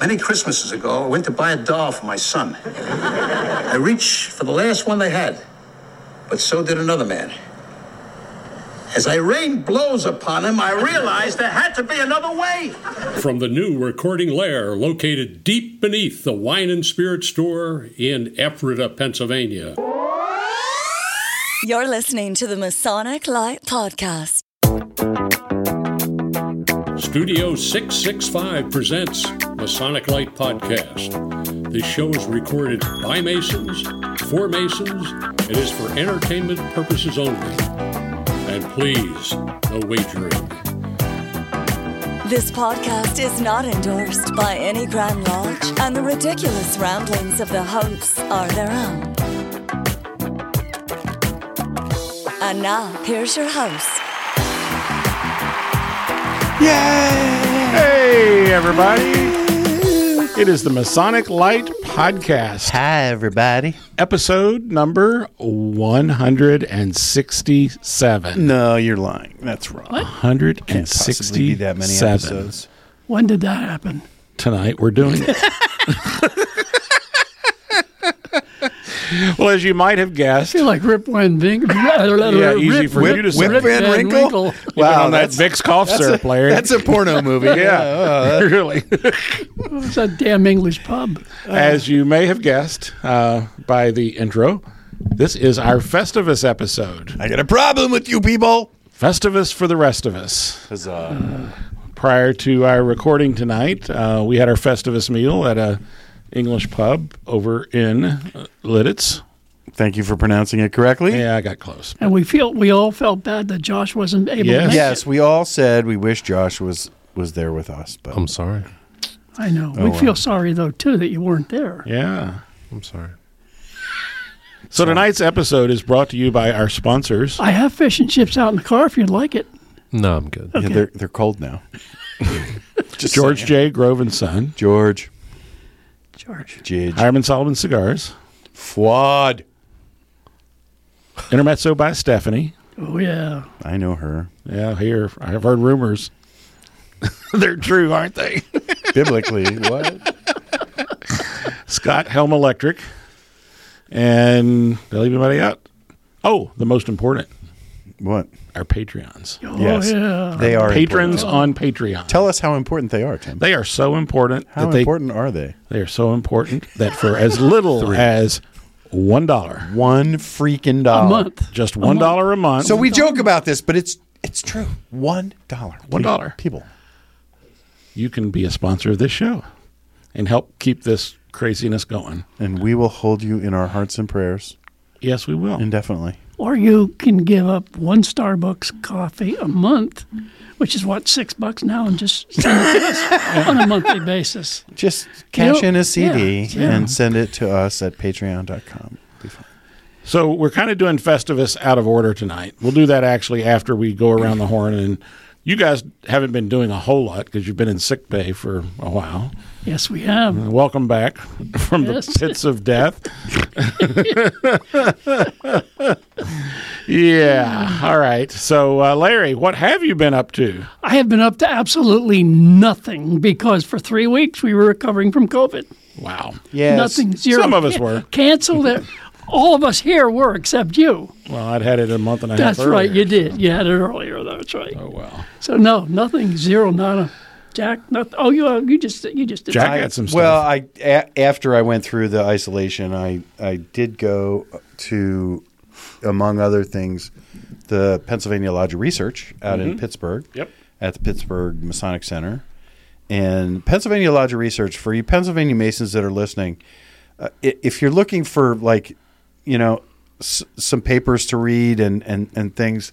Many Christmases ago, I went to buy a doll for my son. I reached for the last one they had, but so did another man. As I rained blows upon him, I realized there had to be another way. From the new recording lair located deep beneath the wine and spirit store in Ephrata, Pennsylvania. You're listening to the Masonic Light Podcast. Studio 665 presents Masonic Light Podcast. This show is recorded by Masons, for Masons, and is for entertainment purposes only. And please, no wagering. This podcast is not endorsed by any Grand Lodge, and the ridiculous ramblings of the hosts are their own. And now, here's your host, Hey, everybody. It is the Masonic Light Podcast, Hi, everybody. episode number 167. No, you're lying. That's wrong. 167. Possibly be that many episodes. When did that happen? Tonight we're doing it. well, as you might have guessed, Feel like Rip Van Winkle. yeah, easy for you to say. Rip Van Winkle. wow, on that Vic's cough syrup player. That's a uh, porno movie. yeah, really. It's a damn English pub. uh. As you may have guessed uh, by the intro, this is our Festivus episode. I got a problem with you people. Festivus for the rest of us. Huzzah. Prior to our recording tonight, uh, we had our Festivus meal at a English pub over in uh, Lidditz. Thank you for pronouncing it correctly. Yeah, I got close. And we feel we all felt bad that Josh wasn't able Yes. to make Yes, we all said we wish Josh was was there with us, but I'm sorry. it. I know. Oh, we feel sorry though too that you weren't there. Yeah. I'm sorry. So tonight's episode is brought to you by our sponsors. I have fish and chips out in the car if you'd like it. No, I'm good. Yeah, they're they're cold now. Just George saying. J. Grove and Son, George, George. George, Hireman Solomon Cigars, Fwad. Intermezzo by Stephanie. Oh yeah. I know her Yeah, here. I've heard rumors. They're true, aren't they? biblically. what? Scott Helm Electric. And did I leave anybody out? Oh, the most important, What? our Patreons. Oh Yes, yeah. they are Patrons important. on Patreon. Tell us how important they are, Tim. they are so important how that they important are they? they are so important that for as little as one dollar, One freaking a dollar month. just one dollar a month. So we joke about this, but it's it's true. One dollar. One Pe- dollar. People. you can be a sponsor of this show and help keep this craziness going. And we will hold you in our hearts and prayers Yes, we will. indefinitely. Or you can give up one Starbucks coffee a month, which is what, six bucks now and just send it to us on a monthly basis. Just cash know, in a CD yeah, yeah. and send it to us at patreon.com. Be fine. So we're kind of doing Festivus out of order tonight. We'll do that actually after we go around the horn. And you guys haven't been doing a whole lot because you've been in sick bay for a while. Yes, we have. Welcome back from Yes. the pits of death. yeah. All right. So, uh, Larry, what have you been up to? I have been up to absolutely nothing because for three weeks we were recovering from COVID. Wow. Yes. Nothing, zero. Some of us Ca- were. Cancel that. All of us here were except you. Well, I'd had it a month and a half. That's right, earlier. you did. You had it earlier. That's right. Oh well. So no, nothing, zero, nada. Jack, nothing. Oh, you, uh, you just, you just did. Jack got some stuff. Well, I a- after I went through the isolation, I I did go to among other things the Pennsylvania Lodge of Research out in Pittsburgh. Mm-hmm. Yep. At the Pittsburgh Masonic Center. And Pennsylvania Lodge of Research for you Pennsylvania Masons that are listening, uh, i- if you're looking for like, you know, s- some papers to read and and and things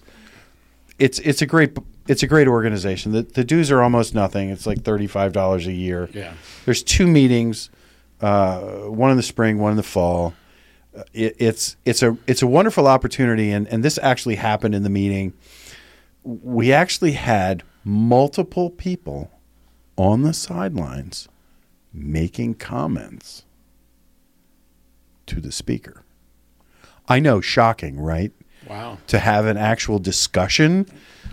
it's it's a great it's a great organization. The, the dues are almost nothing. It's like thirty five dollars a year. Yeah. there's two meetings, uh, one in the spring, one in the fall. Uh, It, it's it's a it's a wonderful opportunity, and and this actually happened in the meeting. We actually had multiple people on the sidelines making comments to the speaker. I know, shocking, right? Wow. to have an actual discussion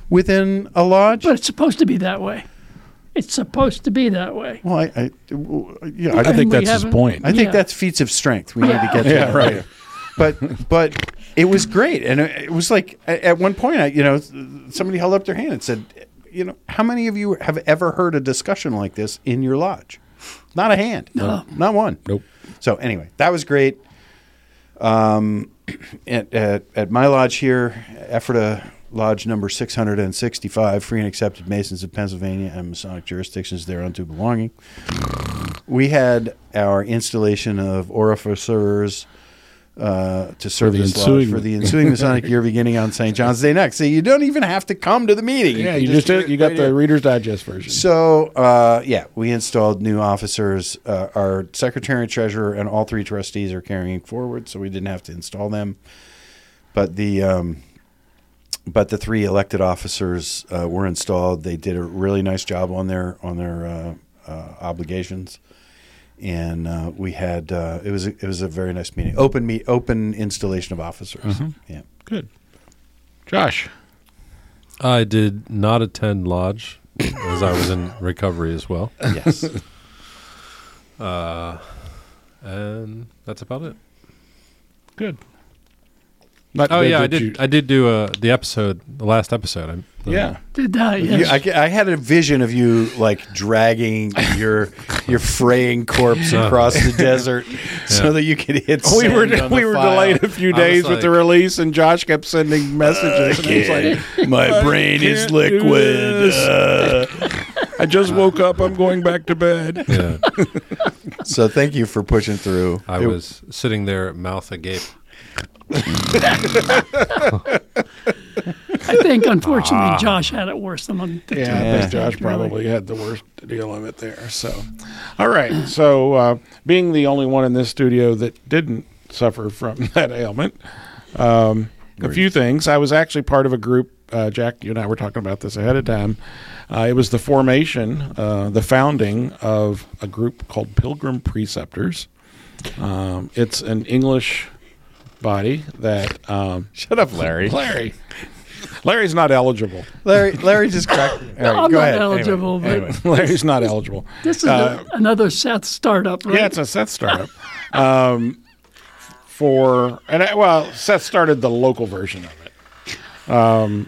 within a lodge. But it's supposed to be that way. It's supposed to be that way. Well, I, I yeah, I, I think And we that's his haven't- point. I think Yeah. that's feats of strength. We need to get to Yeah, that right. later. But but it was great, and it it was like at at one point, I you know, somebody held up their hand and said, you know, how many of you have ever heard a discussion like this in your lodge? Not a hand. No, not one. Nope. So anyway, that was great. Um, at, at at my lodge here, Ephrata Lodge number six hundred and sixty five, free and accepted Masons of Pennsylvania and Masonic jurisdictions thereunto belonging we had our installation of orificers uh, to serve the this lodge ensuing- for the ensuing Masonic year beginning on St. John's Day next. So you don't even have to come to the meeting. yeah, can you just do did, it you got right the here. Reader's Digest version. So uh, yeah, we installed new officers. Uh, our secretary and treasurer and all three trustees are carrying forward, so we didn't have to install them. But the um, but the three elected officers uh, were installed. They did a really nice job on their on their uh, uh, obligations, and uh, we had uh, it was a, it was a very nice meeting. Open meet open installation of officers. Yeah. Good, Josh. I did not attend lodge as I was in recovery as well. Yes. And that's about it. Good. Not Oh good yeah, I that did you- I did do uh, the episode the last episode. I, the- yeah, Did that? Yes. You, I, ca- I had a vision of you like dragging your your fraying corpse across the desert so that you could hit. we send were on the we were file. delayed a few I was days with the like- release, and Josh kept sending messages. and he's like, My brain is liquid. Uh, I just woke up. I'm going back to bed. yeah. So thank you for pushing through. I It- was sitting there mouth agape. I think, unfortunately, Josh had it worse than on the Ah. Yeah, I Yeah. think Josh probably had the worst deal of it there. So, all right. So, uh, being the only one in this studio that didn't suffer from that ailment, um, a few things. I was actually part of a group. Uh, Jack, you and I were talking about this ahead of time. Uh, it was the formation, uh, the founding of a group called Pilgrim Preceptors. Um, it's an English body that um, shut up, Larry. Larry. Larry's not eligible. Larry, Larry just cracked. All right, I'm go not ahead. Anyway, eligible, but- anyway. Larry's not eligible. This is a, another Seth startup, right? Uh, Yeah, it's a Seth startup. um, for and I, well, Seth started the local version of it. Um,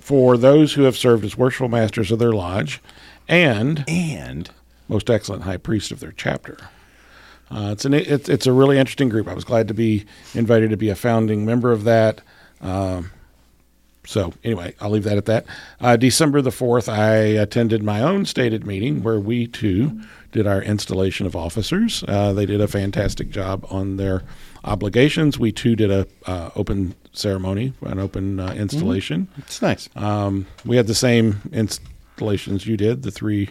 for those who have served as worshipful masters of their lodge, and And most excellent high priest of their chapter. Uh, it's an it's it's a really interesting group. I was glad to be invited to be a founding member of that. Um, so anyway, I'll leave that at that. Uh, December the fourth, I attended my own stated meeting where we too did our installation of officers. Uh, they did a fantastic job on their obligations. We too did a uh, open ceremony, an open uh, installation. Mm-hmm. it's nice. Um, we had the same installations you did, the 3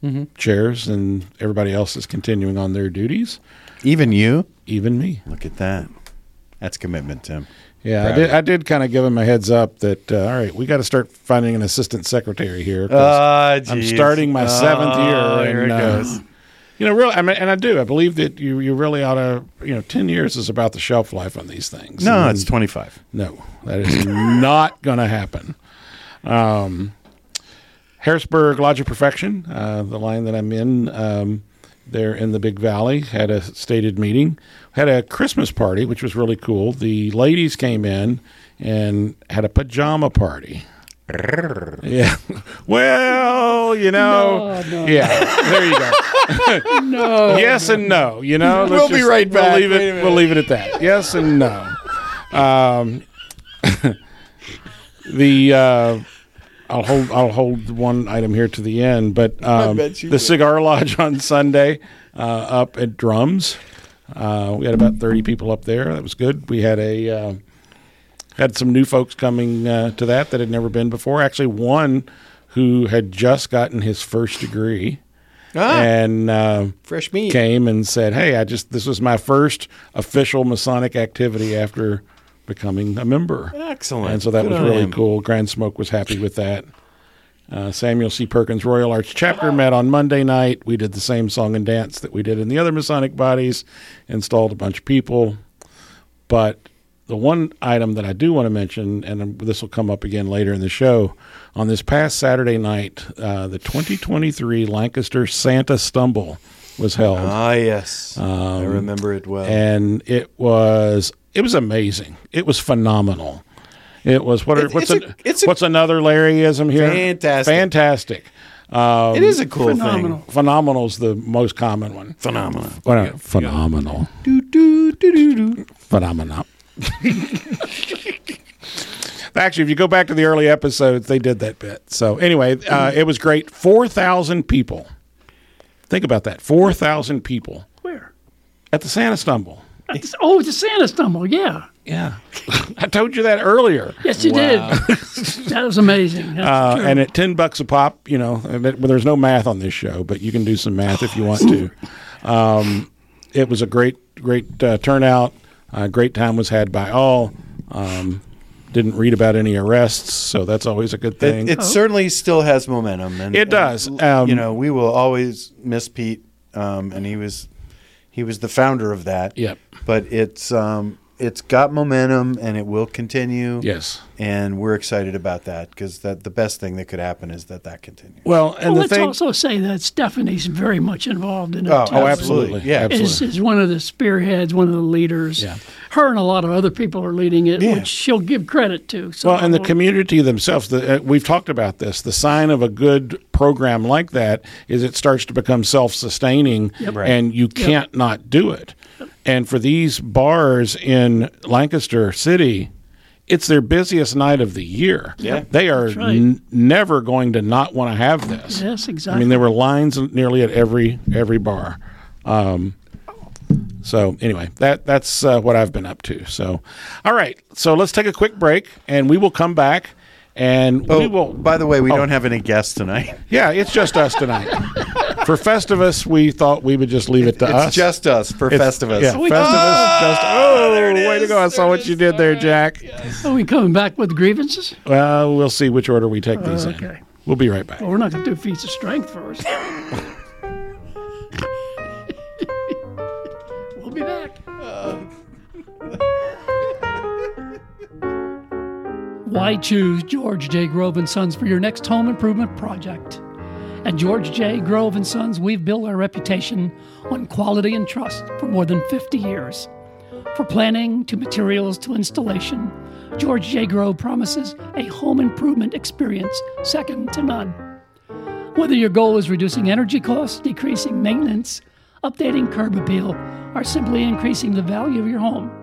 Mm-hmm. chairs, and everybody else is continuing on their duties, Even you. even me. Look at that. That's commitment, Tim. Yeah, I Proud did, of you. I did kind of give him a heads up that, uh, all right, we got to start finding an assistant secretary here. 'cause Ah, I'm geez. starting my seventh Oh, year. here and, it uh, goes. you know, really, I mean, and I do. I believe that you, you really ought to, you know, 10 years is about the shelf life on these things. No, And- it's twenty five. No, that is not going to happen. Um, Harrisburg Lodge of Perfection, uh, the line that I'm in um, there in the Big Valley, had a stated meeting, had a Christmas party, which was really cool. The ladies came in and had a pajama party. Yeah. Well, you know. No, no. Yeah. There you go. No. yes and no. You know, Let's We'll be right back. We'll leave, Wait a it, minute. we'll leave it at that. Yes and no. Um, the uh, I'll hold I'll hold one item here to the end, but um, bet you the will. cigar lodge on Sunday uh, up at Drums. Uh, we had about thirty people up there. That was good. We had a uh, had some new folks coming uh, to that that had never been before. Actually, one who had just gotten his first degree Ah. and uh, fresh meat. came and said, "Hey, I just this was my first official Masonic activity after becoming a member." Excellent. And so that Good was on really him. cool. Grand Smoke was happy with that. Uh, Samuel C. Perkins Royal Arts Chapter met on Monday night. We did the same song and dance that we did in the other Masonic bodies, installed a bunch of people, but the one item that I do want to mention, and this will come up again later in the show, on this past Saturday night, uh, the 2023 Lancaster Santa Stumble was held. Ah, yes. I remember it well. and it was it was amazing. It was phenomenal. It was what are, It- what's it's an- a- it's a- what's another Larryism here? Fantastic. fantastic. it is a cool phenomenal. Phenomenal's the most common one. thing. Phenomenal. What a- phenomenal. Do, do, do, do, do. Phenomena. Actually, if you go back to the early episodes, they did that bit. So anyway, uh, it was great. Four thousand people. Think about that. Four thousand people Where? at the Santa Stumble. That's- oh, the Santa stumble. Yeah. Yeah, I told you that earlier. Yes, you did. that was amazing. That's Uh, true. and at ten bucks a pop, you know, and it, well, there's no math on this show, but you can do some math if you want to. Um, it was a great, great uh, turnout. Uh, great time was had by all. Um, didn't read about any arrests, so that's always a good thing. It, Oh. it certainly still has momentum. And, It and, does. l- Um, you know, we will always miss Pete, um, and he was he was the founder of that. Yep. But it's um, it's got momentum, and it will continue. yes. And we're excited about that because that the best thing that could happen is that that continues. Well, and well, the let's thing. also say that Stephanie's very much involved in it. Oh, too. oh, absolutely. Absolutely. Yeah. Is, absolutely. is one of the spearheads, one of the leaders. Yeah. Her and a lot of other people are leading it, Yeah. which she'll give credit to. So Well, and the we'll- community themselves, the, uh, we've talked about this. The sign of a good program like that is it starts to become self sustaining Right. and you can't not do it. And for these bars in Lancaster City, it's their busiest night of the year. Yeah. They are right. n- never going to not want to have this. Yes, I exactly. mean, there were lines nearly at every every bar. Um, so anyway, that that's uh, what I've been up to. So, all right, so let's take a quick break, and we will come back, and we Oh, will. by the way, we don't have any guests tonight. yeah, it's just us tonight. For Festivus, we thought we would just leave it to it's us. just us for It's- Festivus. Yeah, we- Festivus, Oh, just oh, way to go! I saw what you did there, Jack. Oh, Are we coming back with grievances? Well, we'll see which order we take these okay. in. We'll be right back. Well, we're not going to do feats of strength first. we'll be back. Why choose George J. Grove and Sons for your next home improvement project? At George J. Grove and Sons, we've built our reputation on quality and trust for more than 50 years. For planning to materials to installation, George J. Grove promises a home improvement experience second to none. Whether your goal is reducing energy costs, decreasing maintenance, updating curb appeal, or simply increasing the value of your home,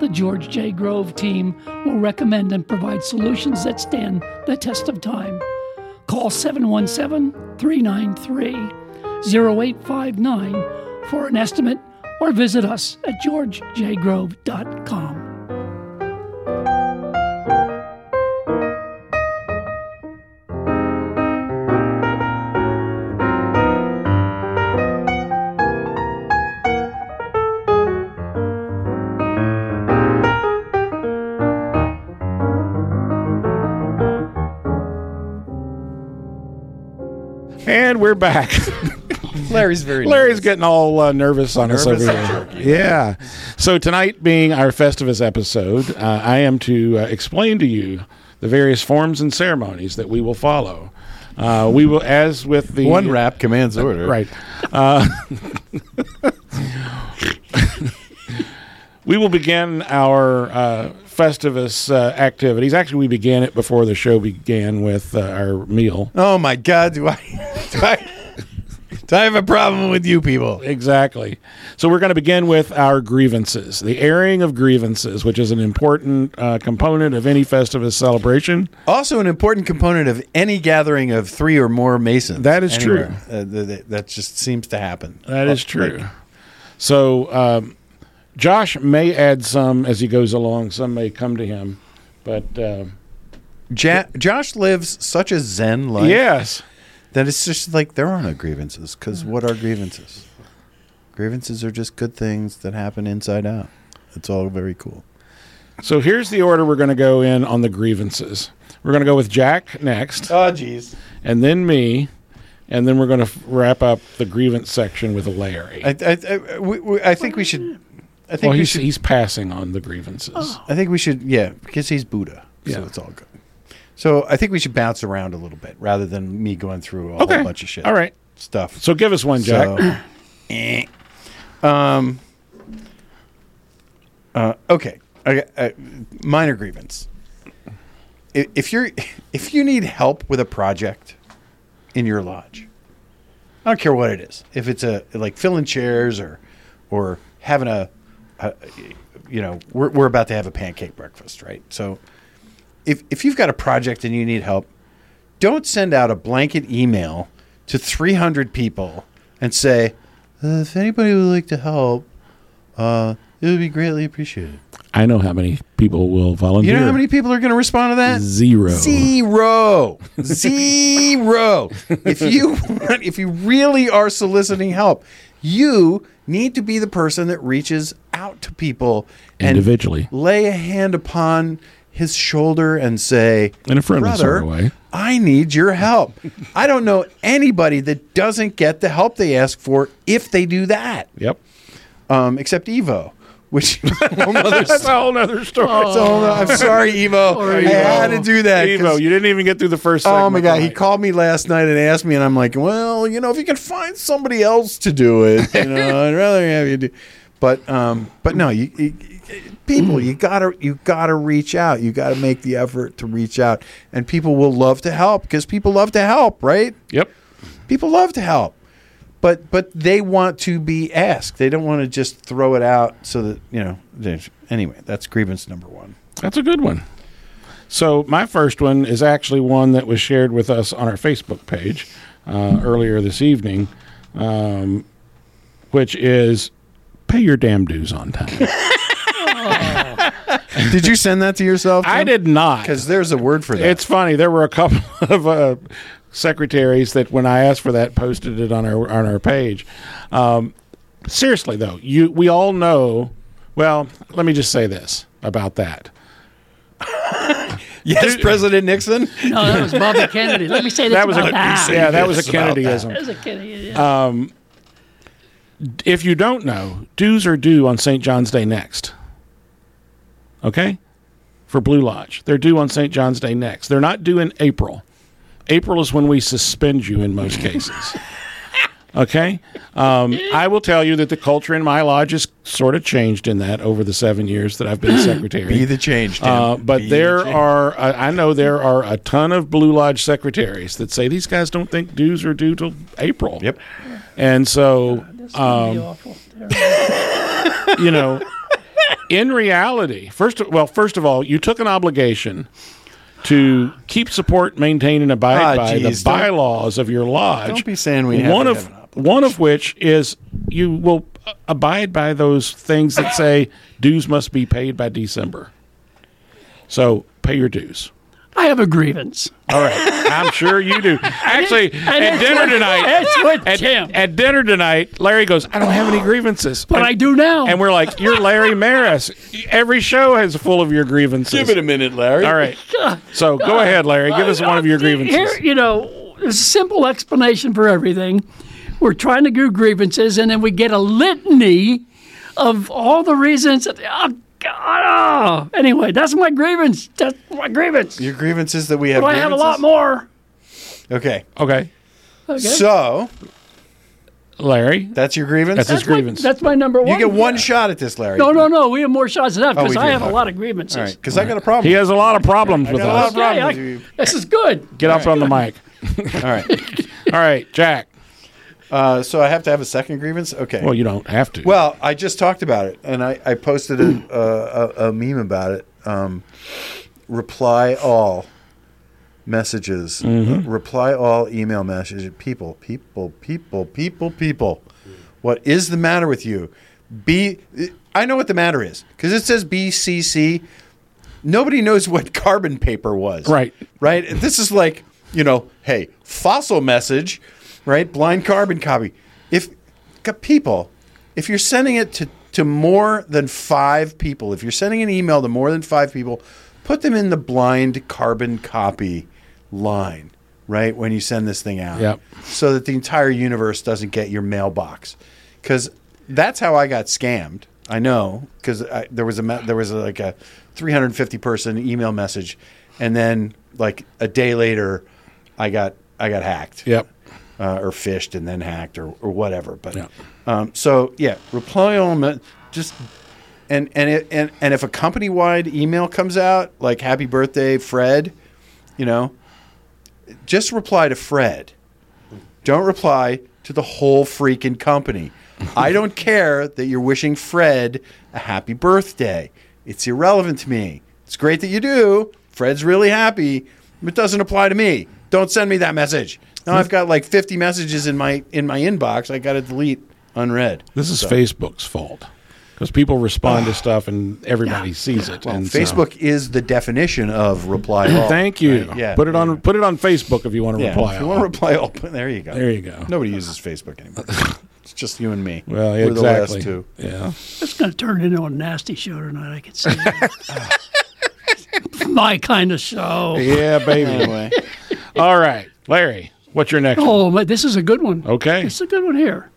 the George J. Grove team will recommend and provide solutions that stand the test of time. Call 717 393 0859 for an estimate or visit us at georgejgrove.com. And we're back. Larry's very Larry's getting all uh, nervous on us Nervous over and here. Yeah. So tonight being our Festivus episode, uh, I am to uh, explain to you the various forms and ceremonies that we will follow. Uh, we will, as with the one rap commands order. right? Uh, we will begin our uh, Festivus uh, activities. Actually, we began it before the show began with uh, our meal. Oh my God, do I, do I do I have a problem with you people? Exactly. So we're going to begin with our grievances, the airing of grievances, which is an important uh, component of any Festivus celebration. Also, an important component of any gathering of three or more Masons. That is true. Uh, th- th- that just seems to happen. That is true. So um, Josh may add some as he goes along. Some may come to him, but uh, Ja- Josh lives such a Zen life yes, that it's just like there are no grievances because what are grievances? Grievances are just good things that happen inside out. It's all very cool. So here's the order we're going to go in on the grievances. We're going to go with Jack next. Oh, jeez. And then me. And then we're going to wrap up the grievance section with Larry. I, I, I, we, we, I think we should I think Well, we he's, should. Oh. he's passing on the grievances. I think we should. Yeah, because he's Buddha, so Yeah. it's all good. So I think we should bounce around a little bit rather than me going through a Okay. whole bunch of shit. All right. stuff. So give us one, Jack. So, eh. um, uh, okay. Okay. Uh, minor grievance. I- If you're, if you need help with a project in your lodge, I don't care what it is. If it's a like filling chairs or, or having a, a you know, we're we're about to have a pancake breakfast, right? So, if if you've got a project and you need help, don't send out a blanket email to 300 people and say, uh, if anybody would like to help, uh, it would be greatly appreciated. I know how many people will You volunteer. know how many people are going to respond to that? Zero. Zero. Zero. if you want, if you really are soliciting help, you need to be the person that reaches out to people and Individually. lay a hand upon his shoulder and say, In a friendly "Brother, sort of way." I need your help. I don't know anybody that doesn't get the help they ask for if they do that, Yep. um, except Evo, which whole nother That's a whole other story. so I'm sorry, Evo. Oh, I had to do that. 'cause- Evo, you didn't even get through the first. oh my segment god, he tonight. called me last night and asked me, and I'm like, well, you know, if you can find somebody else to do it, you know, I'd rather have you do. But um, but no, you, you people, you gotta you gotta reach out. You gotta make the effort to reach out, and people will love to help because people love to help, right? Yep. People love to help, but but they want to be asked. They don't want to just throw it out so that you know. there's- Anyway, that's grievance number one. That's a good one. So my first one is actually one that was shared with us on our Facebook page uh, earlier this evening, um, which is pay your damn dues on time. Did you send that to yourself? I did not. because there's a word for that. It's funny. There were a couple of uh, secretaries that, when I asked for that, posted it on our on our page. Um, seriously, though, you we all know. Well, let me just say this about that. yes, President Nixon. No, Oh, that was Bobby Kennedy. Let me say this That was a about that. yeah, that was a about that. Kennedyism. That was a Kennedy. if you don't know, dues are due on St. John's Day next. Okay? For Blue Lodge. They're due on St. John's Day next. They're not due in April. April is when we suspend you in most cases. Okay? Um, I will tell you that the culture in my lodge has sort of changed in that over the seven years that I've been secretary. Be the change, Tim. Uh, but Be the there change. are, uh, I know there are a ton of Blue Lodge secretaries that say these guys don't think dues are due till April. Yep. And so um, That's gonna be awful. you know, in reality, first of, well, first of all, you took an obligation to keep, support, maintain, and Ah, abide by geez, the don't- bylaws of your lodge. Don't be saying we have one to of have an obligation. one of which is you will uh, abide by those things that say dues must be paid by December. So pay your dues. I have a grievance. All right, I'm sure you do. Actually, And at it's dinner with- tonight. It's with At, Tim. at dinner tonight, Larry goes, I don't have any grievances. but And- I do now. and we're like, "You're Larry Maris. Every show has full of your grievances." minute, Larry. All right. So go ahead, Larry. Give us one of your Uh, Here, grievances. you know, there's a simple explanation for everything. We're trying to do grievances, and then we get a litany of all the reasons. That, oh, God. oh. Anyway, that's my grievance. That's my grievance. Your grievances that we have. but I have a lot grievances? more. Okay. Okay, So Larry. that's your grievance. That's his my- grievance. that's my number you one. get one shot at this, Larry. No, no, no. We have more shots than that because we I do. have a Okay. lot of grievances. All right, because I got a problem. He has a lot of problems with got a lot us. of problem Yeah, with I- you. This is good. Get up on the mic. All right. All right, Jack. Uh, so I have to have a second grievance. Okay. Well, you don't have to. Well, I just talked about it, and I, I posted a, a, a meme about it. Um, reply all messages. Mm-hmm. Uh, reply all email messages. People, people, people, people, people. What is the matter with you? B. I know what the matter is because it says BCC. Nobody knows what carbon paper was. Right. Right. And This is like you know, hey, fossil message, right? Blind carbon copy. If c- people, if you're sending it to to more than five people, if you're sending an email to more than five people, put them in the blind carbon copy line, right? When you send this thing out, Yep. so that the entire universe doesn't get your mailbox, because that's how I got scammed. I know because there was a me- there was like a 350 person email message, and then like a day later, I got I got hacked. Yep. Uh, or fished and then hacked or, or whatever. But Yeah. um, so yeah, reply on just and and it, and and if a company wide email comes out like Happy Birthday Fred, you know, just reply to Fred. Don't reply to the whole freaking company. I don't care that you're wishing Fred a happy birthday. It's irrelevant to me. It's great that you do. Fred's really happy, but it doesn't apply to me. Don't send me that message. Now I've got like 50 messages in my in my inbox. I got to delete unread. This is Facebook's fault because people respond to stuff and everybody sees it. Well, and so- Facebook is the definition of reply all. Thank you. Right, yeah. Put it on. Put it on Facebook if you want to Yeah, reply. if you want to all. reply all, there you go. There you go. Nobody uses Facebook anymore. it's just you and me. well, We're yeah, exactly. the last two. Yeah. It's going to turn into a nasty show tonight. I could see. it. My kind of show. Yeah, baby. Anyway, All right, Larry. What's your next? one? Oh, but this is a good one. Okay. This is a good one here.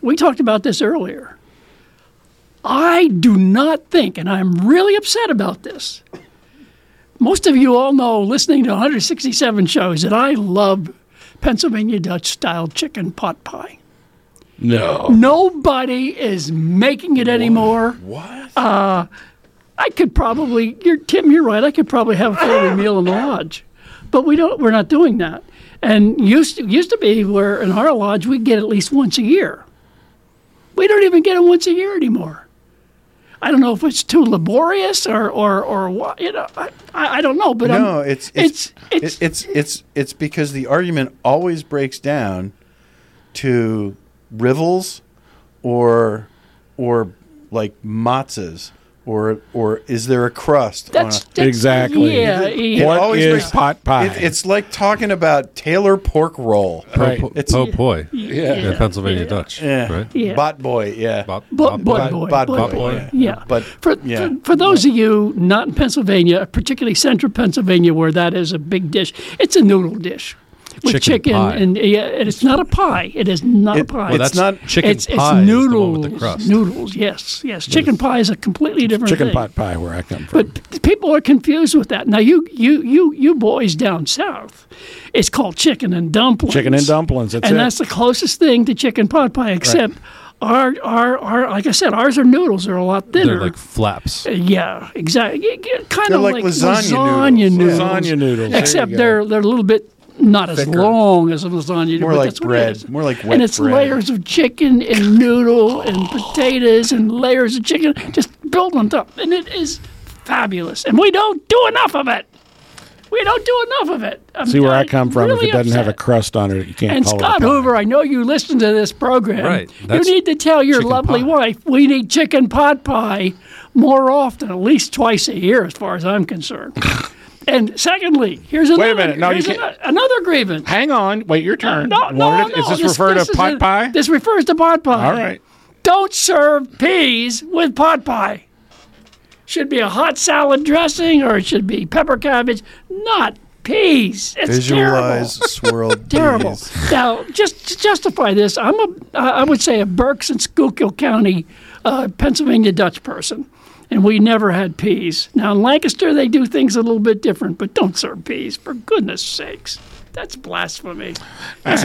We talked about this earlier. I do not think, and I'm really upset about this. Most of you all know, listening to 167 shows, that I love Pennsylvania Dutch style chicken pot pie. No. Nobody is making it anymore. What? Uh, I could probably. You're, Tim, you're right. I could probably have a family meal in the lodge, but we don't. We're not doing that. And used to, used to be where in our lodge we get at least once a year. We don't even get it once a year anymore. I don't know if it's too laborious or or or what. You know, I, I I don't know. But no, I'm, it's it's it's it's, it's it's it's it's because the argument always breaks down to rivels or or like matzahs or or is there a crust? that's, on that's- Exactly. Yeah, a, yeah. What is breaks- pot pie? It, it's like talking about Taylor pork roll, Right. Po- It's- po' boy. Yeah. Yeah, Pennsylvania Dutch. Yeah. Right? Yeah. bot boy, yeah, Bot- But, bot- but, boy, bot but, boy, boy, yeah. yeah. Uh, But- for, yeah. for for those of you not in Pennsylvania, particularly central Pennsylvania, where that is a big dish, it's a noodle dish with Chicken chicken, pie. and yeah, and it's not a pie. It is not a It- pie. well, that's it's not chicken it's, pie It's is the noodles. one with the crust. Noodles. Yes. Yes. Chicken pie is a completely different Chicken thing. pot pie where I come from. But p- people are confused with that. Now you you you you boys down south, it's called chicken and dumplings. Chicken and dumplings. That's and it. that's the closest thing to chicken pot pie, except our our our like I said, ours are noodles. They're a lot thinner. They're like flaps. Uh, yeah, exactly. Kind They're of like like, lasagna lasagna noodles. noodles. Lasagna noodles, there you Except go. they're they're a little bit not as long as a lasagna. More but like that's what it bread. is. More like wet and it's bread. layers of chicken and noodle and potatoes and layers of chicken just built on top, and it is fabulous. And we don't do enough of it. We don't do enough of it. I'm- See where I I'm come from. really if it doesn't have a upset. crust on it, you can't And call Scott it a pie. Hoover, I know you listen to this program. Right. You That's need to tell your chicken lovely pie. wife we need chicken pot pie more often, at least twice a year, as far as I'm concerned. and secondly, here's another, Wait a minute. No, you here's can't- ano- another grievance. Hang on. Wait your turn. No, no, Wanted no. it- Is this referred to is pot a- pie? This refers to pot pie. All right. Don't serve peas with pot pie. Should be a hot salad dressing, or it should be pepper cabbage, not peas. It's terrible visualize swirled terrible. peas. Now, just to justify this, I'm a I I would say a Berks and Schuylkill County, uh, Pennsylvania Dutch person, and we never had peas. Now in Lancaster, they do things a little bit different, but don't serve peas for goodness sakes. That's blasphemy. That's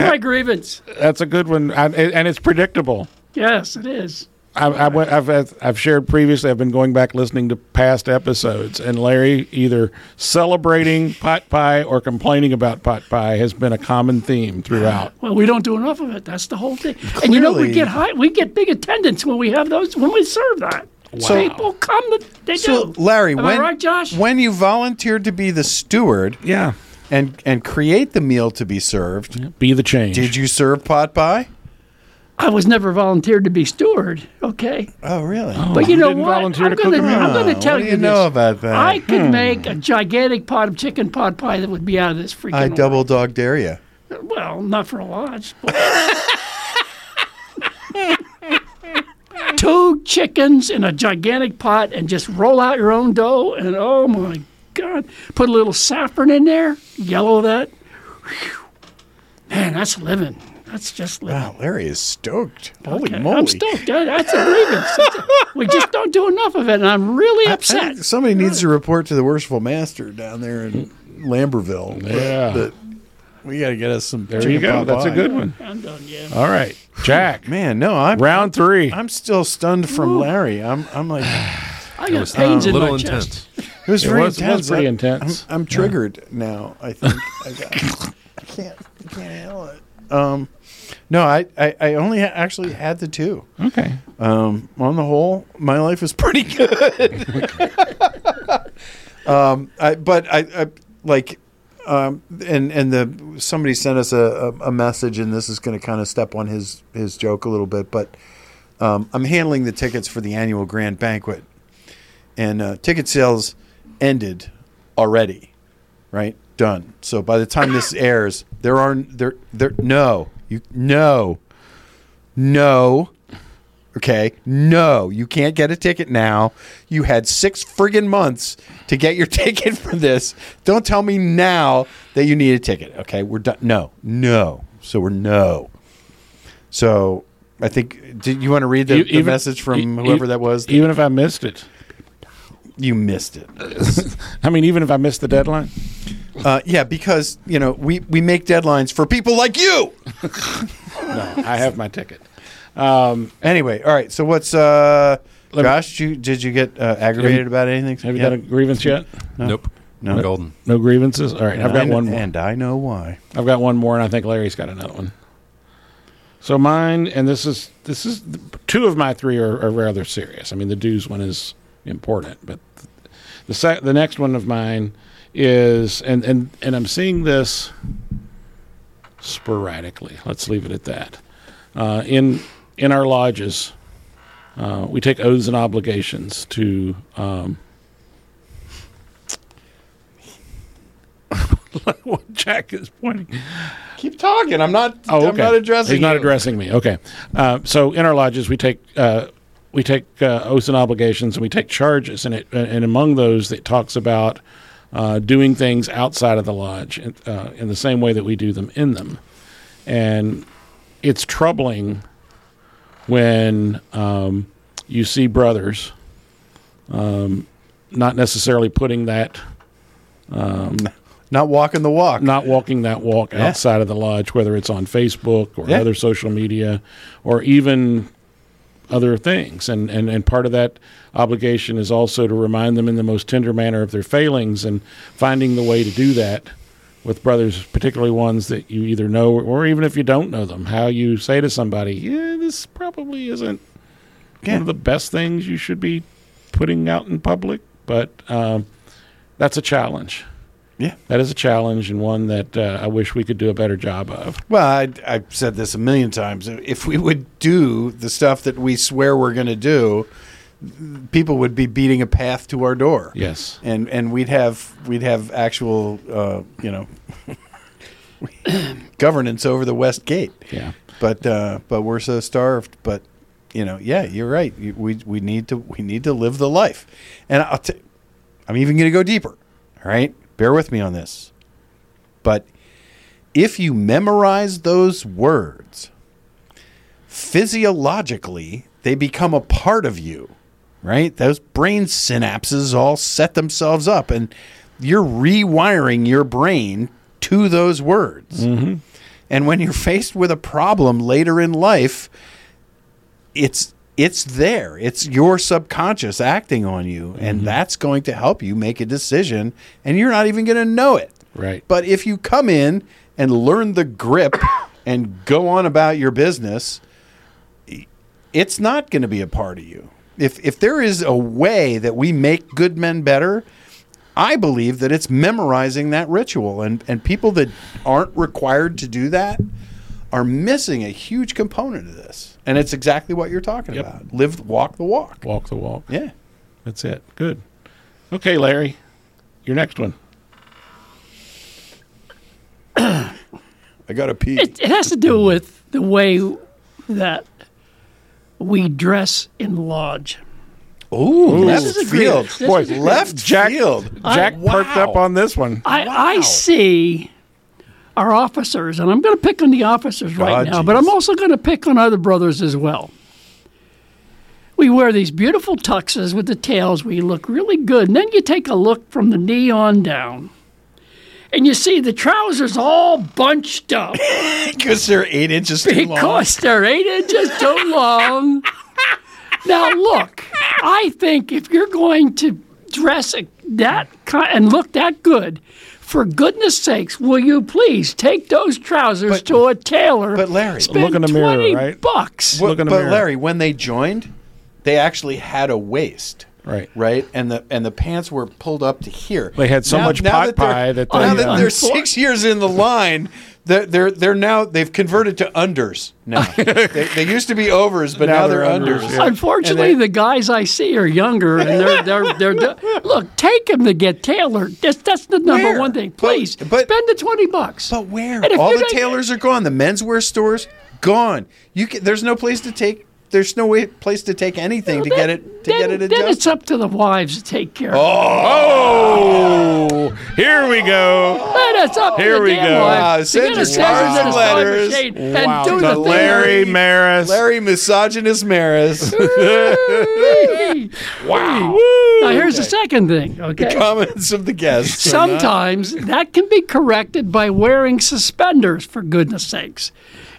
my grievance. That's a good one, I, and it's predictable. Yes, it is. I, I went, I've, I've I've shared previously. I've been going back listening to past episodes, and Larry either celebrating pot pie or complaining about pot pie has been a common theme throughout. Well, we don't do enough of it. That's the whole thing. and you know, we Clearly- get high, we get big attendance when we have those when we serve that. So- people come. To, they So, do. Larry, Am I when right, Josh? when you volunteered to be the steward Yeah, and and create the meal to be served, be the change. did you serve pot pie? I was never volunteered to be steward. Okay. Oh, really? But you know didn't what? volunteer I'm to gonna, cook a I'm meal. gonna What tell do you this. know about that? Hmm. I could make a gigantic pot of chicken pot pie that would be out of this freaking. I world. double dog dare you. Well, not for a lodge. Two chickens in a gigantic pot, and just roll out your own dough. And oh my God, put a little saffron in there, yellow that. Whew. Man, that's living. That's just like, Wow, Larry is stoked. Holy okay, moly! I'm stoked. I, that's a grievance. That's a- we just don't do enough of it, and I'm really I- I upset. think somebody needs to report to the worshipful master down there in Lamberville. that- Yeah. that we got to get us some. There you go. That's a good one. I'm done. Yeah. Uh, All right, Jack. Man, no, I'm round three. I'm still stunned from Larry. I'm I'm like I It got was pains a in little my chest. intense. it was It very was- it was intense. pretty I- intense. I'm, I'm triggered now. I think I, got, I can't I can't handle it. Um, no, I, I I only ha- actually had the two. okay. Um, on the whole, my life is pretty good. um, I, but I, I like, um, and and the somebody sent us a, a, a message, and this is going to kind of step on his his joke a little bit, but um, I'm handling the tickets for the annual grand banquet, and uh, ticket sales ended already, right? Done. So by the time this airs, there are there there no you no no. Okay. No, you can't get a ticket now. You had six friggin' months to get your ticket for this. Don't tell me now that you need a ticket. Okay. We're done. No, no. So we're no. So I think, did you want to read the, E- the message from e- whoever e- that was? Even if I missed it, you missed it. I mean, even if I missed the deadline, Uh, yeah, because, you know, we, we make deadlines for people like you. I have my ticket. Anyway, all right. So what's, uh, me- Josh, you, did you get uh, aggravated about anything? Have you Yeah. got a grievance yet? Nope. No. I'm golden. No grievances. All right, I've got And- one more. And I know why. I've got one more, and I think Larry's got another one. So mine, and this is this is two of my three are, are rather serious. I mean, the dues one is important, but the sec- the next one of mine is, and and and I'm seeing this sporadically. Let's leave it at that. Uh, in in our lodges, uh, we take oaths and obligations to. Um, what Jack is pointing. Oh, Keep talking. I'm not. I'm not addressing. He's not you. addressing me. Okay. Uh, so in our lodges, we take uh, we take uh, oaths and obligations, and we take charges, and it and among those, it talks about uh, doing things outside of the lodge in, uh, in the same way that we do them in them, and it's troubling when um, you see brothers um, not necessarily putting that Not walking the walk. not walking that walk outside of the lodge, whether it's on Facebook or Yeah. other social media or even other things. And, and, and part of that obligation is also to remind them in the most tender manner of their failings and finding the way to do that with brothers, particularly ones that you either know or even if you don't know them, how you say to somebody, yeah, this probably isn't Yeah. one of the best things you should be putting out in public, but um, that's a challenge Yeah. that is a challenge and one that uh, I wish we could do a better job of. Well, I, I've said this a million times. If we would do the stuff that we swear we're going to do, people would be beating a path to our door. Yes. And and we'd have we'd have actual uh, you know governance over the west gate. Yeah. But uh, but we're so starved. But you know, yeah, you're right. You, we we need to we need to live the life. And I'll t- I'm even going to go deeper. All right, bear with me on this. But if you memorize those words, physiologically they become a part of you. Right, those brain synapses all set themselves up, and you're rewiring your brain to those words. And when you're faced with a problem later in life, it's it's there. It's your subconscious acting on you, and that's going to help you make a decision and you're not even going to know it. Right. But if you come in and learn the grip and go on about your business, it's not going to be a part of you. If if there is a way that we make good men better, I believe that it's memorizing that ritual and and people that aren't required to do that are missing a huge component of this. And it's exactly what you're talking Yep. about. Live walk the walk. Walk the walk. Yeah. That's it. Good. Okay, Larry, your next one. I got to pee. It, it has to do with the way that we dress in lodge. Ooh, left This is a field. grievance. This Boy, is a left Jack, field. Jack Wow. perked up on this one. I, I see our officers, and I'm going to pick on the officers right God, now, but I'm geez. also going to pick on other brothers as well. We wear these beautiful tuxes with the tails. We look really good. And then you take a look from the knee on down, and you see the trousers all bunched up Because they're eight inches too long. because they're eight inches too long. Now look, I think if you're going to dress it that kind and look that good, for goodness sakes, will you please take those trousers to a tailor? but Larry- spend Look in the mirror, 20 right? bucks. Well, Look in the but mirror. Larry, when they joined, they actually had a waist. Right. Right, and the and the pants were pulled up to here. They had so much pot pie that they- uh, now that they're Unfor- six years in the line, they're they're, they're now they've converted to unders now. they, they used to be overs, but now, Now they're, they're unders. unders, yeah. Unfortunately, the guys I see are younger, and they're they're they're. they're look, take them to get tailored. That's that's the number Where? one thing. But- Please but- spend the twenty bucks. But where? And if All you're the not- tailors are gone. The menswear stores gone. You can, there's no place to take. There's no way place to take anything to get it to then, get it then it's adjusted. up to the wives to take care. of it. Oh, here we go. Let us up Here to the we damn go. wife Wow, to send get your a scissors and a sewing wow. Ah, letters. machine and Wow. do To the Larry Maris. Larry misogynist Maris. thing. Wow. now here's the second thing. Okay. Comments of the guests. Sometimes that can be corrected by wearing suspenders. For goodness sakes,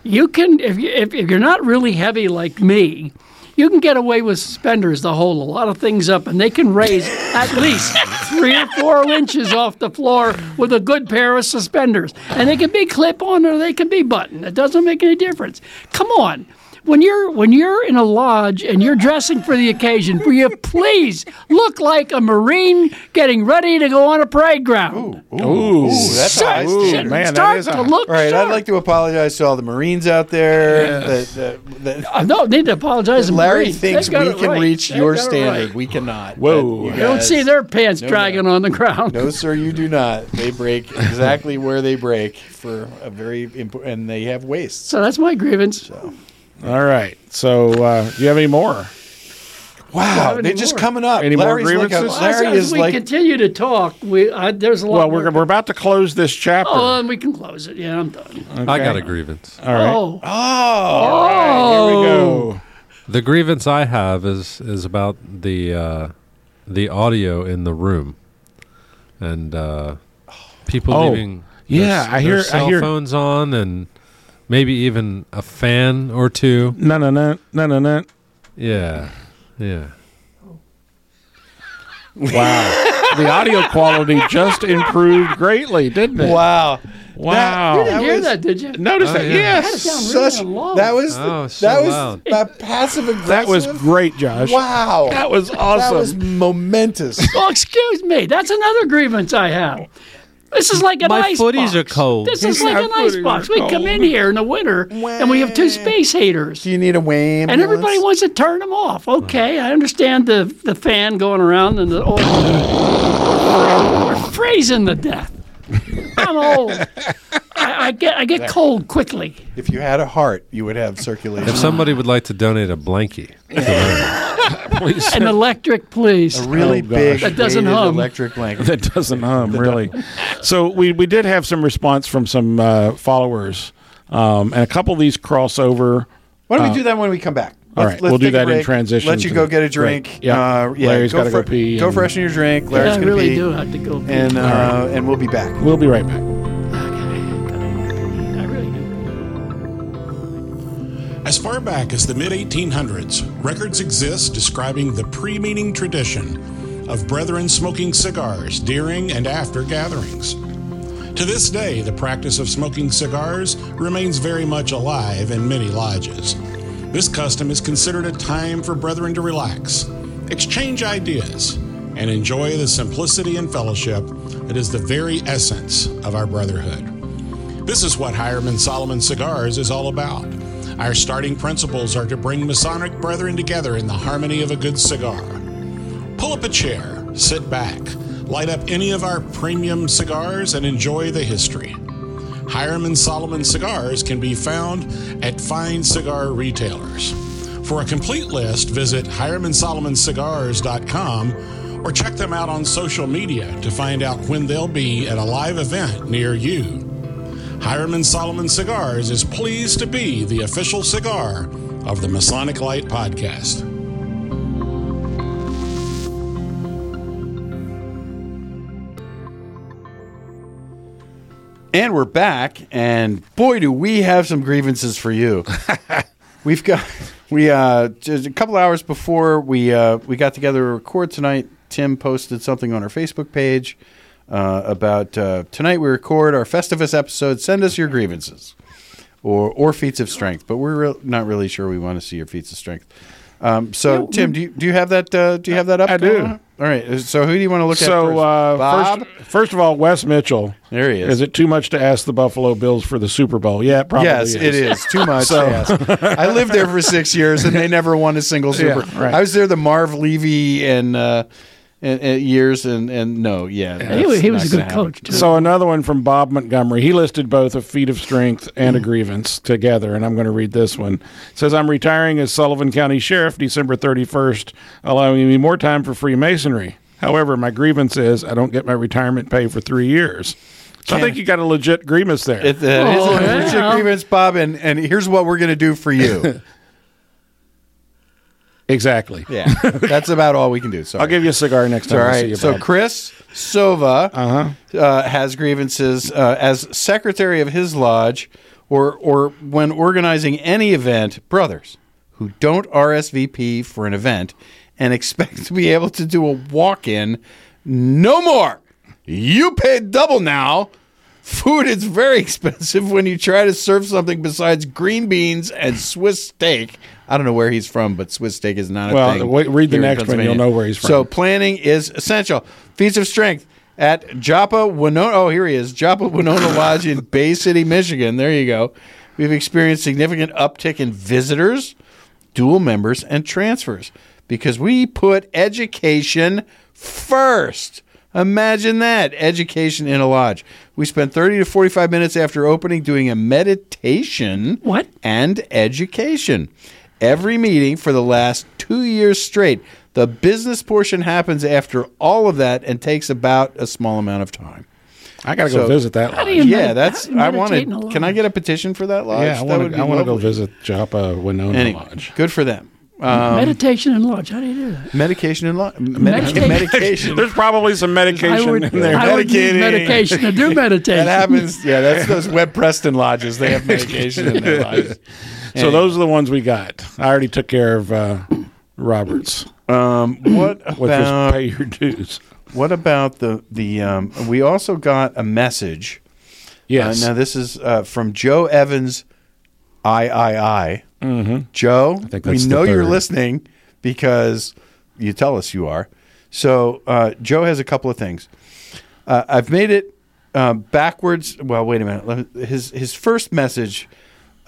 you can if you if, if you're not really heavy like me. You can get away with suspenders to hold a lot of things up, and they can raise at least three or four inches off the floor with a good pair of suspenders. And they can be clip on or they can be button. It doesn't make any difference. Come on. When you're when you're in a lodge and you're dressing for the occasion, will you please look like a marine getting ready to go on a parade ground? Ooh, that's Start, high shit, man, that start is to high. look All right, sharp. I'd like to apologize to all the Marines out there. The, the, the, I don't Uh, need to apologize. to Larry Marines. thinks They we got can it right. reach They your got it standard. right. We cannot. Whoa. But you You Don't guys- see their pants No, dragging on the ground. No, sir, you do not. They break exactly where they break for a very important, and they have waists. So that's my grievance. All right. So, uh, do you have any more? Wow, have they're any just more? coming up. Any more Larry's like a- grievances? Larry as, as is we like continue to talk, we I, there's a lot. Well, more we're, we're about to close this chapter. Oh, and we can close it. Yeah, I'm done. I got a grievance. All right. Oh, oh, Here we go. The grievance I have is is about the uh, the audio in the room and uh, people Oh, leaving. yeah, their, I their hear- I cell hear- phones on and maybe even a fan or two. No, no, no, no, no, no. Yeah, yeah. Wow. the audio quality just improved greatly, didn't it? wow, Wow. you didn't That hear was- that, did you? Notice Oh, that. yeah. Yes. Sound really such low. that was Oh, so that was loud. that passive aggressive. That was great, Josh. Wow, That was that awesome. was momentous. Oh, excuse me. That's another grievance I have. This is like an My ice footies box. are cold. This is like My an ice footies box. are We come in cold. here in the winter and we have two space haters. Do you need a Wayne? And everybody wants to turn them off. Okay, I understand the, the fan going around and the oil. We're freezing to death. I'm old. I, I get I get cold quickly. If you had a heart, you would have circulation. If somebody would like to donate a blankie, to Larry, An electric, please. a really Oh, gosh. big That doesn't weighted hum. electric blanket. that doesn't hum really. So we we did have some response from some uh, followers, um, and a couple of these cross over. Why don't we do that when we come back? Uh, all right, we'll do take a that in break, transition Let you to- go get a Great. drink. Yeah. uh, yeah Larry's gotta go fre- pee Go and- freshen your drink. I Larry's gonna really pee, do have to go. And uh, and we'll be back. We'll be right back. I really do. As far back as the mid 1800s, records exist describing the pre meeting tradition of brethren smoking cigars during and after gatherings. To this day, the practice of smoking cigars remains very much alive in many lodges. This custom is considered a time for brethren to relax, exchange ideas, and enjoy the simplicity and fellowship that is the very essence of our brotherhood. This is what Hireman Solomon Cigars is all about. Our starting principles are to bring Masonic brethren together in the harmony of a good cigar. Pull up a chair, sit back, light up any of our premium cigars, and enjoy the history. Hireman Solomon Cigars can be found at fine cigar retailers. For a complete list, visit HiremanSolomonCigars.com or check them out on social media to find out when they'll be at a live event near you. Hireman Solomon Cigars is pleased to be the official cigar of the Masonic Light Podcast. And we're back, and boy, do we have some grievances for you. We've got we uh, just a couple hours before we uh, we got together to record tonight. Tim posted something on our Facebook page uh, about uh, tonight we record our Festivus episode. Send us your grievances or or feats of strength, but we're re- not really sure we want to see your feats of strength. Um, so Tim, do you do you have that uh, do you have that up? I do. All right. uh, So who do you want to look at? So first? uh, Bob? first, first of all, Wes Mitchell. There he is. Is it too much to ask the Buffalo Bills for the Super Bowl? Yeah, it probably. yes, it is too much. to ask. I lived there for six years, and they never won a single Super. Yeah, right. I was there the Marv Levy and, uh, and, and years, and and no, yeah, He was, that's he was not a gonna good happen. coach, too. So another one from Bob Montgomery. He listed both a feat of strength and a Mm. grievance together, and I'm going to read this one. It says I'm retiring as Sullivan County Sheriff December 31st, allowing me more time for Freemasonry. However, my grievance is I don't get my retirement pay for three years. So I think you got a legit grievance there. It, that is Oh, a yeah. legit grievance, Bob, and, and here's what we're gonna do for you. exactly. yeah, that's about all we can do. Sorry. I'll give you a cigar next time. All I see right. you, So Bob. Chris Sova Uh-huh. uh has grievances uh, as secretary of his lodge, or or when organizing any event, brothers who don't RSVP for an event and expect to be able to do a walk-in, no more. You pay double now. Food is very expensive when you try to serve something besides green beans and Swiss steak. I don't know where he's from, but Swiss steak is not a Well, thing. wait- read the here in next one, Pennsylvania. you'll know where he's from. So planning is essential. Feats of strength at Joppa Winona. Oh, here he is, Joppa Winona Lodge in Bay City, Michigan. There you go. We've experienced significant uptick in visitors, dual members, and transfers because we put education first. Imagine that education in a lodge. We spent 30 to 45 minutes after opening doing a meditation What? and education. Every meeting for the last two years straight. The business portion happens after all of that and takes about a small amount of time. I got to go so- visit that. How do lodge. you Yeah, med- that's. how do you I meditate in a wanted. Can I lodge? get a petition for that lodge? Yeah, I That want would be to. I want to go lovely. visit Joppa Winona Anyway, Lodge. good for them. Uh, meditation and lodge? How do you do that? Medication and lodge. Meditation. medication. There's probably some medication in there. I would need Medicating. medication to do meditation. that happens. Yeah, that's those Web Preston lodges. They have medication in their lodges. So those are the ones we got. I already took care of uh, Roberts, Um, What which was about pay your dues. what about the the? Um, we also got a message. Yes. Uh, now this is uh, from Joe Evans, I I I. Joe, think we that's the know you're third. listening because you tell us you are. So uh, Joe has a couple of things. Uh, I've made it um, backwards. Well, wait a minute. Let me- His his first message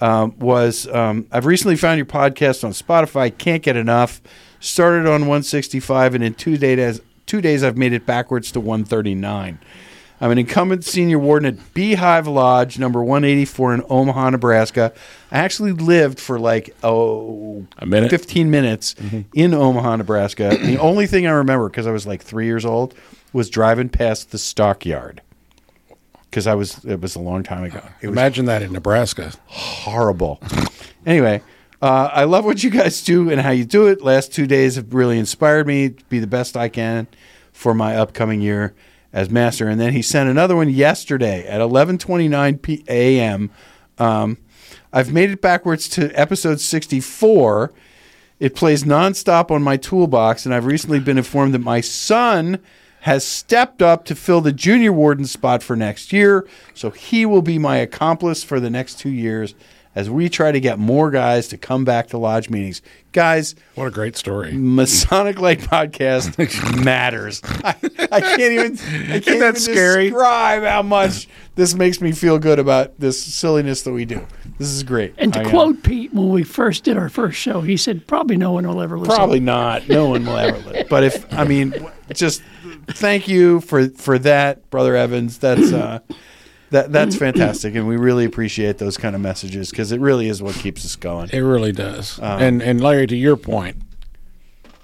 um, was um, I've recently found your podcast on Spotify. Can't get enough. Started on 165, and in two days, two days I've made it backwards to 139. I'm an incumbent senior warden at Beehive Lodge, number 184 in Omaha, Nebraska. I actually lived for like oh A minute? Mm-hmm. 15 minutes in Omaha, Nebraska. the only thing I remember because I was like three years old was driving past the stockyard because I was it was a long time ago. It was Imagine that in Nebraska. horrible. anyway, uh, I love what you guys do and how you do it. Last two days have really inspired me to be the best I can for my upcoming year as master. And then he sent another one yesterday at 11:29 p- a.m. Um, I've made it backwards to episode 64. It plays nonstop on my toolbox, and I've recently been informed that my son has stepped up to fill the junior warden spot for next year. So he will be my accomplice for the next two years as we try to get more guys to come back to lodge meetings. Guys, What a great story. Masonic Light Podcast matters. I, I can't even. I can't that even scary? describe how much this makes me feel good about this silliness that we do. This is great. And to I, uh, quote Pete, when we first did our first show, he said, "Probably no one will ever listen." Probably not. No one will ever live. But if I mean, w- just thank you for for that, brother Evans. That's uh, that that's fantastic, and we really appreciate those kind of messages because it really is what keeps us going. It really does. and and Larry, to your point,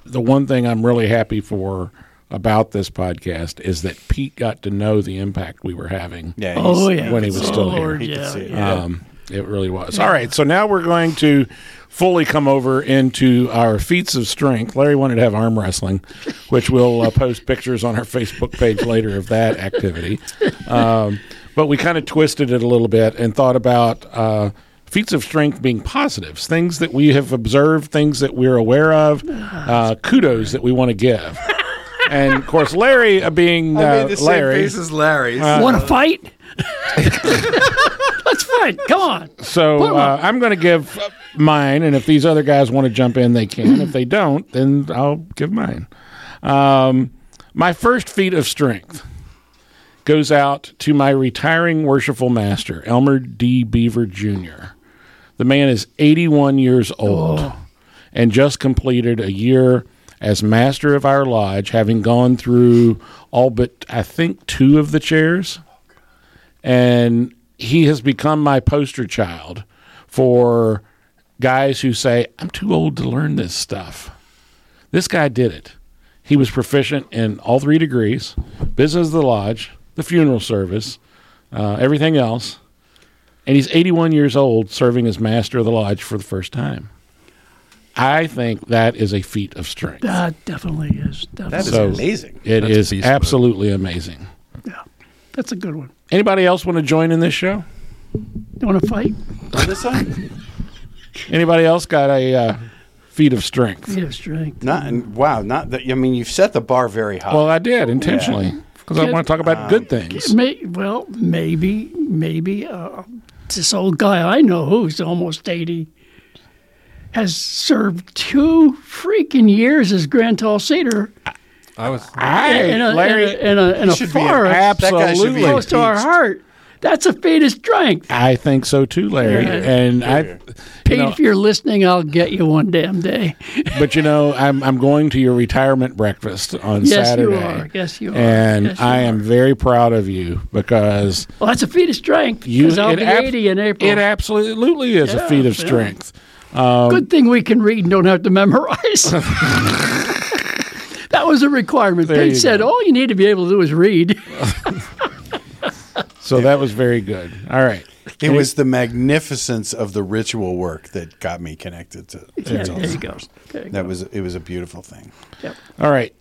the one thing I'm really happy for about this podcast is that Pete got to know the impact we were having. Yeah. Oh he's- yeah, When he was still here. Lord, He could yeah, see it. yeah. Um, it really was. All right. So now we're going to fully come over into our feats of strength. Larry wanted to have arm wrestling, which we'll uh, post pictures on our Facebook page later of that activity. Um, but we kind of twisted it a little bit and thought about uh, feats of strength being positives, things that we have observed, things that we're aware of, uh, kudos that we want to give. And of course, Larry uh, being uh, I made the same Larry, face as Larry's. Want to fight? Let's fight. Come on. So uh, I'm going to give mine, and if these other guys want to jump in, they can. if they don't, then I'll give mine. Um, my first feat of strength goes out to my retiring worshipful master, Elmer D. Beaver Jr. The man is 81 years old and just completed a year as master of our lodge, having gone through all but, I think, two of the chairs and he has become my poster child for guys who say, I'm too old to learn this stuff. This guy did it. He was proficient in all three degrees business of the lodge, the funeral service, uh, everything else. And he's 81 years old serving as master of the lodge for the first time. I think that is a feat of strength. That definitely is. Definitely. That is So- amazing. It That's is beast mode. absolutely amazing. yeah. That's a good one. Anybody else want to join in this show? You want to fight? this time? Anybody else got a uh, feat of strength? Yeah, strength. Not and wow, not that I mean you've set the bar very high. Well, I did intentionally because I want to talk about good things. May, well, maybe, maybe uh, this old guy I know who's almost 80 has served two freaking years as Grand Tall Cedar I was I, in a, Larry, in a, in a, in a should be an forest that guy should be absolutely. a- close to our impeached. heart. That's a feat of strength. I think so too, Larry. Yeah. And I, Pete, know- if you're listening, I'll get you one damn day. but you know, I'm I'm going to your retirement breakfast on Yes, Saturday. you are. Yes, you are. And Yes, you I are. am very proud of you because Well, that's a feat of strength. you. Because I'll it be ab- 80 in April. It absolutely is a feat of yeah. strength. Good thing we can read and don't have to memorize. that was a requirement. There you Pete said, go. all you need to be able to do is read. So that was very good. All right. it was the magnificence of the ritual work that got me connected to. to Yeah, Tulsa. there you go. There you go. That was it was a beautiful thing. All right.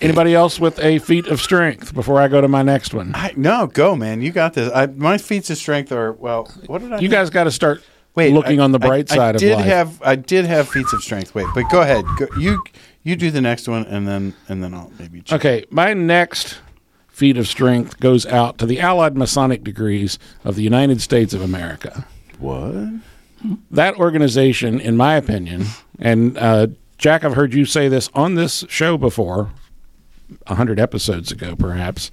Anybody else with a feat of strength before I go to my next one? I, no, go man, you got this. I, my feats of strength are well. What did I? You do? guys got to start Wait, looking I- on the I- bright I side of did life. have I did have feats of strength. Wait, but go ahead. Go, you you do the next one, and then and then I'll maybe. Check. okay, my next feat of strength goes out to the Allied Masonic degrees of the United States of America. What? That organization, in my opinion, and uh, Jack, I've heard you say this on this show before, a hundred episodes ago, perhaps.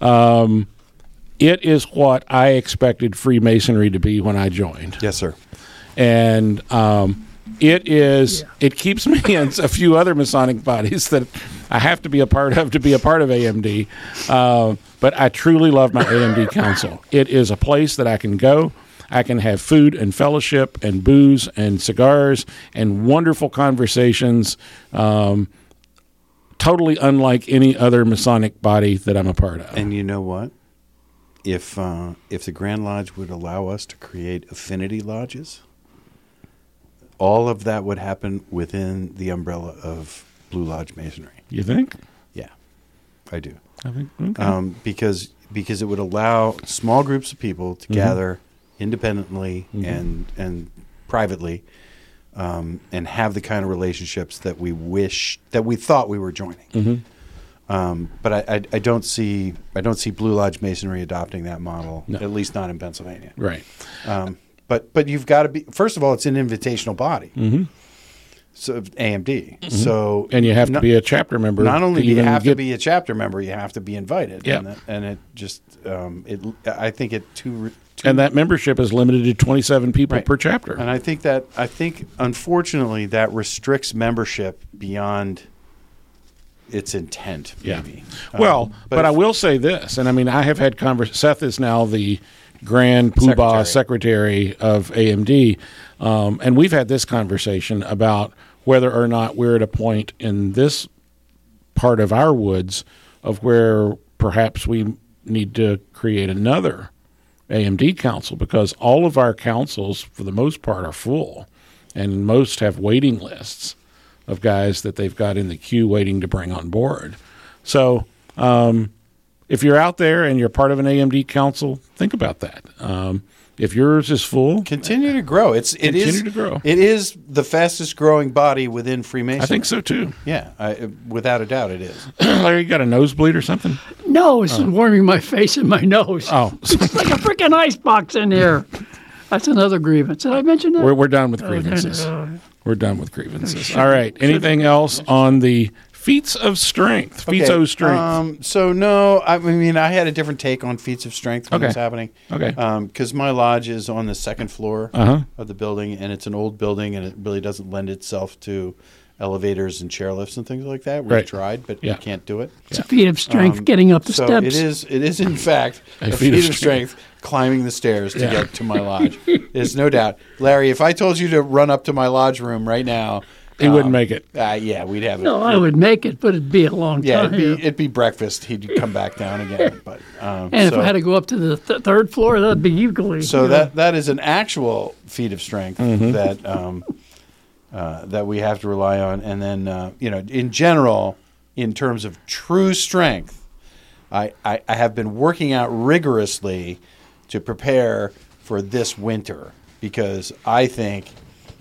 Um, it is what I expected Freemasonry to be when I joined. Yes, sir. and um, it is it keeps me and a few other Masonic bodies that I have to be a part of to be a part of AMD. Uh, but I truly love my AMD Council. It is a place that I can go. I can have food and fellowship and booze and cigars and wonderful conversations. Um, totally unlike any other Masonic body that I'm a part of. And you know what? If uh, if the Grand Lodge would allow us to create affinity lodges, all of that would happen within the umbrella of Blue Lodge Masonry. you think? Yeah, I do. I think um, because because it would allow small groups of people Mm-hmm. to gather independently and and privately, um, and have the kind of relationships that we wish that we thought we were joining. Mm-hmm. Um, but I, I, I don't see I don't see Blue Lodge Masonry adopting that model, at least not in Pennsylvania. Right. Um, but but you've got to be first of all, it's an invitational body. So AMD. So Mm-hmm. And you have to no- be a chapter member. not only to do you even have to get- be a chapter member, you have to be invited. Yeah. and, that- and it just um, it I think it too, too and that membership is limited to 27 people per chapter. And I think that I think unfortunately that restricts membership beyond its intent. yeah. Maybe. Well, Um, but, I will say this, and I mean, I have had convers. Seth is now the grand poobah secretary, secretary of AMD, um, and we've had this conversation about whether or not we're at a point in this part of our woods of where perhaps we need to create another AMD council because all of our councils, for the most part, are full, and most have waiting lists of guys that they've got in the queue waiting to bring on board. So, um, if you're out there and you're part of an AMD council, think about that. Um, if yours is full, Continue to grow. It's it is Continue to grow. It is the fastest growing body within Freemasonry. I think so too. Yeah, I, without a doubt, it is. Larry, you got a nosebleed or something? No, it's warming my face and my nose. Oh, It's like a freaking ice box in here. That's another grievance. Did I mention that? Oh, we're, Oh, we're done Oh, with grievances. We're done with grievances. All right. Anything else on the feats of strength? Feats Okay, of strength. Um, so no, I mean I had a different take on feats of strength when Okay. it was happening. Okay. Because my lodge is on the second floor Uh-huh. of the building, and it's an old building, and it really doesn't lend itself to elevators and chairlifts and things like that. We've Right. tried, but Yeah. we can't do it. It's a feat of strength getting up the so steps. it is. It is in fact a, feat, of strength. climbing the stairs to get to my lodge. There's no doubt, Larry. If I told you to run up to my lodge room right now, he wouldn't make it. uh, yeah, we'd have it. No, I would make it, but it'd be a long Yeah, time. it'd be it'd be breakfast. He'd come back down again. But um, and so, if I had to go up to the th- third floor, that'd be equally. so you know. that that is an actual feat of strength that um, uh, that we have to rely on. And then uh, you know, in general, in terms of true strength, I, I I have been working out rigorously to prepare for this winter because I think,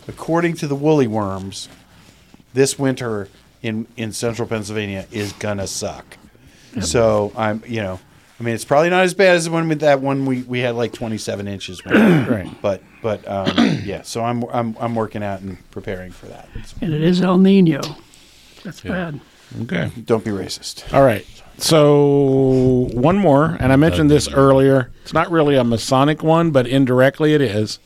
according to the woolly worms, this winter in in central Pennsylvania is gonna suck. So I'm, you know, I mean, it's probably not as bad as the one with that one we, we had like 27 inches. right. But but um, yeah, so I'm I'm I'm working out and preparing for that. So and it is El Nino. That's bad. Okay. don't be racist. All right. So one more, and I mentioned this earlier. It's not really a Masonic one, but indirectly it is,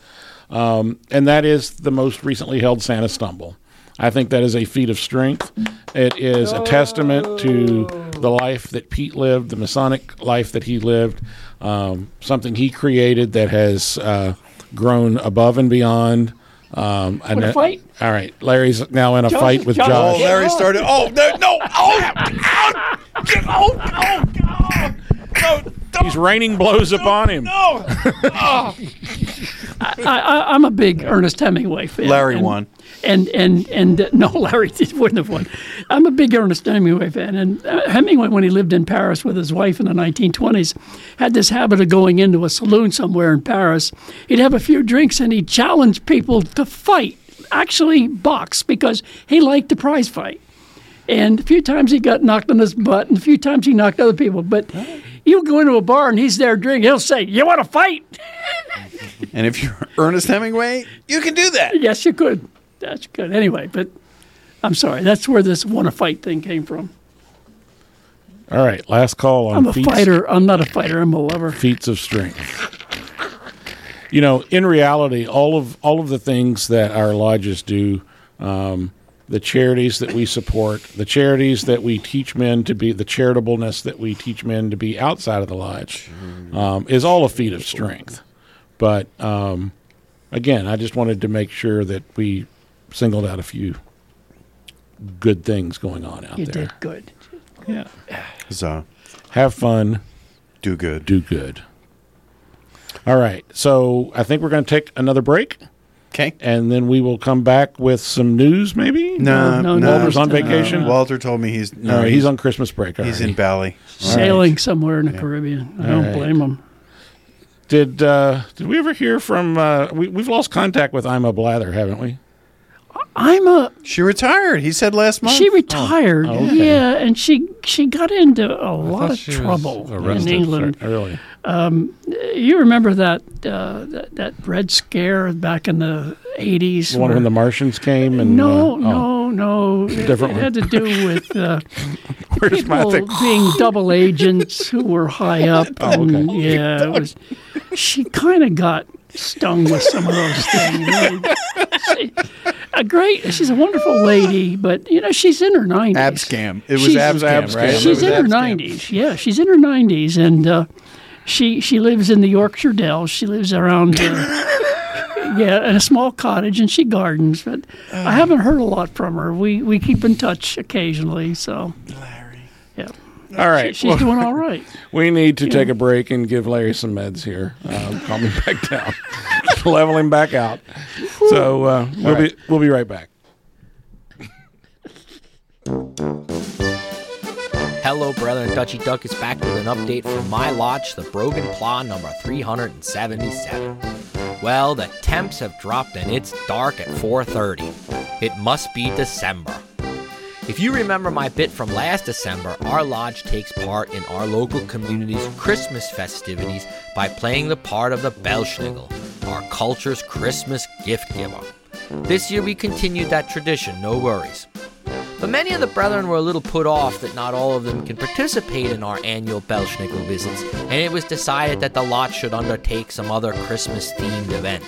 um, and that is the most recently held Santa Stumble. I think that is a feat of strength. It is a testament to the life that Pete lived, the Masonic life that he lived, um, something he created that has uh, grown above and beyond. Um, and Wanna that- fight? All right, Larry's now in a Josh, fight with Josh. Josh. Oh, Larry started. Oh no no oh oh oh oh, oh no don't He's raining blows upon him. no. I, I, I'm a big Ernest Hemingway fan. Larry and, won. And and and uh, no, Larry wouldn't have won. I'm a big Ernest Hemingway fan, and uh, Hemingway, when he lived in Paris with his wife in the 1920s, had this habit of going into a saloon somewhere in Paris. He'd have a few drinks and he'd challenge people to fight, actually box, because he liked the prize fight. And a few times he got knocked on his butt, and a few times he knocked other people. But you go into a bar and he's there drinking, he'll say, "You want to fight?" And if you're Ernest Hemingway, you can do that. Yes, you could. That's good. Anyway, but I'm sorry. That's where this want to fight thing came from. All right, last call on I'm a feats, fighter. I'm not a fighter. I'm a lover. feats of strength. You know, in reality, all of all of the things that our lodges do, um, the charities that we support, the charities that we teach men to be, the charitableness that we teach men to be outside of the lodge, um, is all a feat of strength. But um, again, I just wanted to make sure that we singled out a few good things going on out You there. did good. Yeah, So have fun. uh, do good. do good. All right. So I think we're going to take another break Okay. and then we will come back with some news, maybe? No, No, no, no, no. Walter's on vacation? Walter told me he's no, No, he's on Christmas break. Already. he's in Bali. Sailing somewhere in the Caribbean. I don't right. blame him. Did uh, did we ever hear from? Uh, we, we've lost contact with Ima Blather, haven't we? I'm a. She retired. He said last month. She retired. Oh, okay. Yeah, and she she got into a lot thought of she was trouble in arrested England. Really? You remember that, uh, that that Red Scare back in the 80s? The one where- when the Martians came and No, uh, oh, no, no. It- Different it one. had to do with uh, Where's my people thing? Oh, being double agents who were high up. and, yeah, it was, she kind of got stung with some of those things. really. She- a great, she's a wonderful lady, but you know she's in her nineties. Abscam. It was She's- Abscam, right? Abscam. It She's was in her Abscam. nineties. Yeah, she's in her nineties, and uh, she she lives in the Yorkshire Dales. She lives around. Uh, Yeah, in a small cottage, and she gardens. But I haven't heard a lot from her. We we keep in touch occasionally, so Yeah. All right. She- she's well, doing all right. we need to take a break and give Larry some meds here. Um, calm him back down, level him back out. So uh, we'll be we'll be right back. Hello, brother, and Dutchy Duck is back with an update from my lodge, the Brogan Plaw number 377. Well, the temps have dropped and it's dark at 4:30. It must be December. If you remember my bit from last December, our lodge takes part in our local community's Christmas festivities by playing the part of the Belschlingel, our culture's Christmas gift giver. This year we continued that tradition, no worries. But many of the brethren were a little put off that not all of them can participate in our annual Belschnickel visits, and it was decided that the lot should undertake some other Christmas themed event.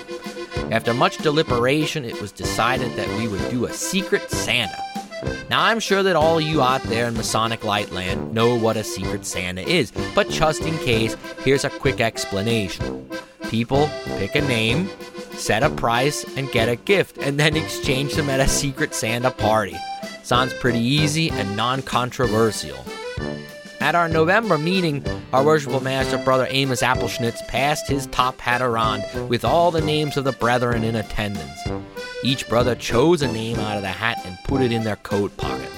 After much deliberation, it was decided that we would do a secret Santa. Now, I'm sure that all you out there in Masonic Lightland know what a secret Santa is, but just in case, here's a quick explanation. People pick a name, set a price, and get a gift, and then exchange them at a secret Santa party. Sounds pretty easy and non controversial. At our November meeting, our worshipful master, Brother Amos Appleschnitz, passed his top hat around with all the names of the brethren in attendance. Each brother chose a name out of the hat and put it in their coat pocket.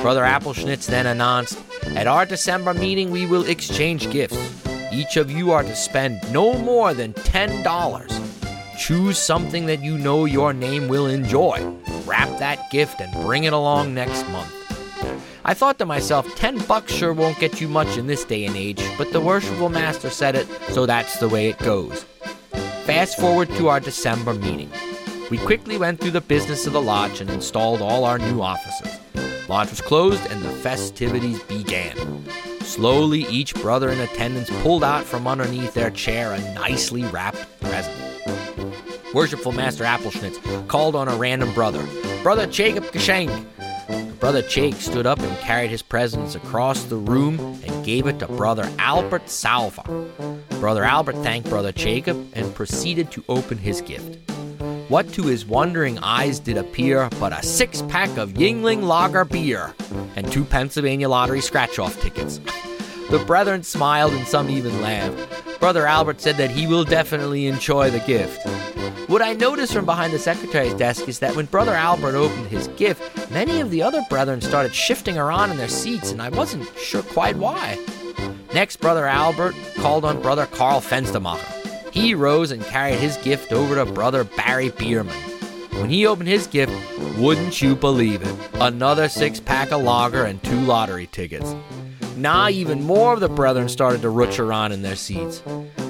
Brother Appleschnitz then announced At our December meeting, we will exchange gifts. Each of you are to spend no more than $10. Choose something that you know your name will enjoy. Wrap that gift and bring it along next month. I thought to myself, 10 bucks sure won't get you much in this day and age, but the worshipful master said it, so that's the way it goes. Fast forward to our December meeting. We quickly went through the business of the lodge and installed all our new offices. Lodge was closed and the festivities began. Slowly, each brother in attendance pulled out from underneath their chair a nicely wrapped present. Worshipful Master Appleschnitz called on a random brother, Brother Jacob Geshenk. Brother Jake stood up and carried his presents across the room and gave it to Brother Albert Salva. Brother Albert thanked Brother Jacob and proceeded to open his gift. What to his wondering eyes did appear but a six pack of Yingling Lager beer and two Pennsylvania Lottery scratch off tickets. The brethren smiled and some even laughed. Brother Albert said that he will definitely enjoy the gift. What I noticed from behind the secretary's desk is that when Brother Albert opened his gift, many of the other brethren started shifting around in their seats, and I wasn't sure quite why. Next, Brother Albert called on Brother Carl Fenstermacher. He rose and carried his gift over to Brother Barry Bierman. When he opened his gift, wouldn't you believe it? Another six pack of lager and two lottery tickets. Now, even more of the brethren started to rooch around in their seats.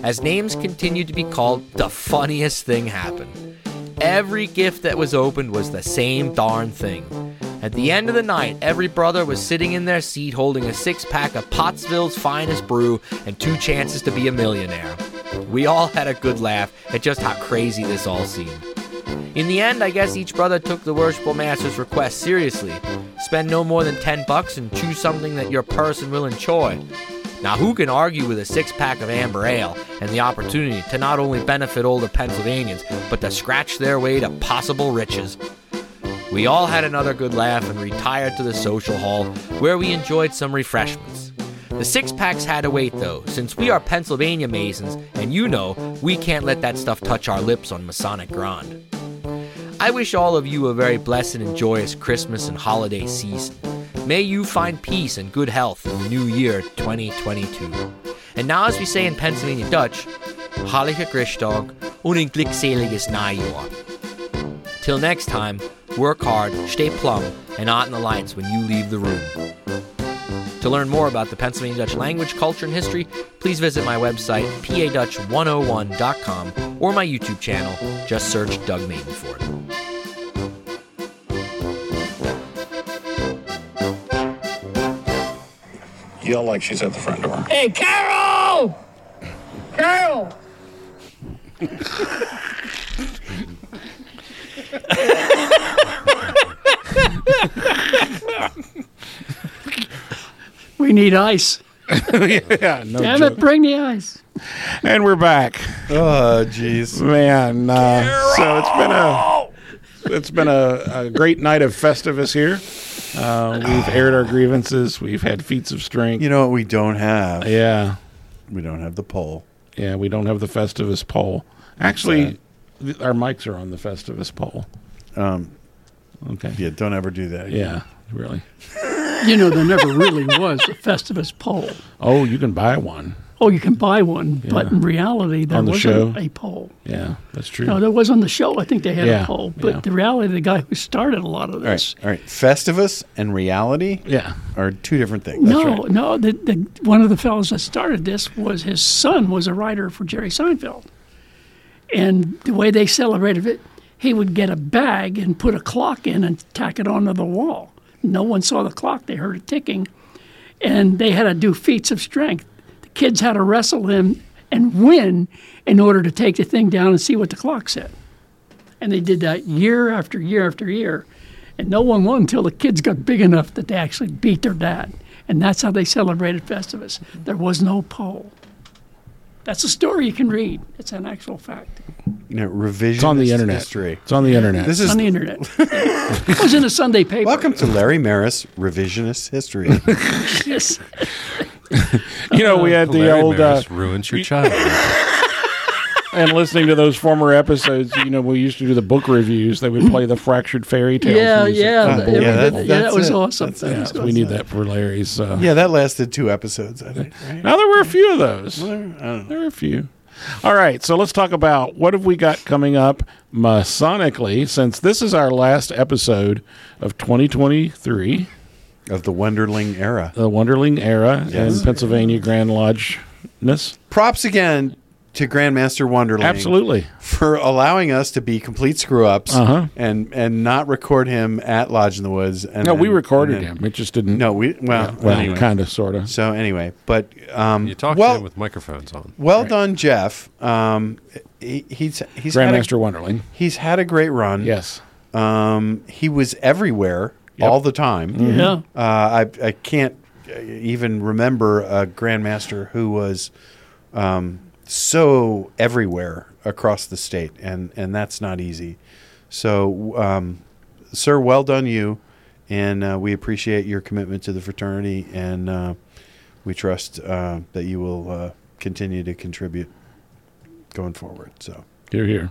As names continued to be called, the funniest thing happened. Every gift that was opened was the same darn thing. At the end of the night, every brother was sitting in their seat holding a six pack of Pottsville's finest brew and two chances to be a millionaire. We all had a good laugh at just how crazy this all seemed. In the end, I guess each brother took the worshipful master's request seriously. Spend no more than 10 bucks and choose something that your person will enjoy. Now, who can argue with a six pack of amber ale and the opportunity to not only benefit older Pennsylvanians, but to scratch their way to possible riches? We all had another good laugh and retired to the social hall where we enjoyed some refreshments. The six packs had to wait though, since we are Pennsylvania Masons, and you know we can't let that stuff touch our lips on Masonic ground. I wish all of you a very blessed and joyous Christmas and holiday season. May you find peace and good health in the new year 2022. And now, as we say in Pennsylvania Dutch, Heilige Christdag und ein glückseliges Neujahr. Till next time, work hard, stay plumb, and out in the lights when you leave the room. To learn more about the Pennsylvania Dutch language, culture, and history, please visit my website, padutch101.com, or my YouTube channel. Just search Doug Maiden for it. Yell like she's at the front door. Hey, Carol! Carol! We need ice. yeah, no Damn joke. it, bring the ice. And we're back, Oh, jeez. man. Uh, so it's been a it's been a, a great night of Festivus here. Uh, we've aired our grievances. We've had feats of strength. You know what we don't have? yeah, We don't have the poll. yeah. We don't have the Festivus poll. Actually, th- our mics are on the Festivus poll. Um, Okay. yeah, don't ever do that. Yeah. Really. You know, there never really was a Festivus poll. Oh, you can buy one. Oh, you can buy one, but in reality, there On the wasn't show? a poll. Yeah, that's true. No, there was on the show. I think they had Yeah, a poll, but yeah. the reality, the guy who started a lot of All this. right. All right. Festivus and reality yeah. are two different things. no, no. The, the, one of the fellows that started this was his son was a writer for Jerry Seinfeld, and the way they celebrated it, he would get a bag and put a clock in and tack it onto the wall. No one saw the clock; they heard it ticking, and they had to do feats of strength. The kids had to wrestle him and win in order to take the thing down and see what the clock said. And they did that year after year after year. And no one won until the kids got big enough that they actually beat their dad. And that's how they celebrated Festivus. There was no poll. That's a story you can read. It's an actual fact. You know, revision. It's on the internet. History. It's on the internet. This It's is on the internet. it was in a Sunday paper. welcome to Larry Maris revisionist history. Yes. you know, we had the Larry old uh, Maris ruins your childhood. and listening to those former episodes. You know, we used to do the book reviews. They would play the fractured fairy tales. Yeah, music. yeah. Unbelievable. Oh, Every- Yeah, that, that- yeah, that that's was it. awesome. That's That was So we awesome. need that for Larry's. Uh, yeah, that lasted two episodes. I think. Right? Now there were a few of those. I don't know. There are a few. All right, so let's talk about what have we got coming up masonically since this is our last episode of 2023, Of the Wonderling era. the Wonderling era Yes. in Pennsylvania Grand Lodgeness. Props again to Grandmaster Wonderling. Absolutely. for allowing us to be complete screw ups Uh-huh. and and not record him at Lodge in the Woods. And No, we then- recorded and then- him. It just didn't. No, we well, well, anyway. kind of, sort of. So anyway, but um, You talk to well, him with microphones on. well done, Jeff. Um, he, he's he's had a- Grandmaster Wonderling. he's had a great run. Yes. Um, he was everywhere all the time. Yeah. Uh, I I can't even remember a grandmaster who was um, so everywhere across the state, and and that's not easy. So, um, sir, well done you, and uh, we appreciate your commitment to the fraternity, and uh, we trust uh, that you will uh, continue to contribute going forward. So, You're here.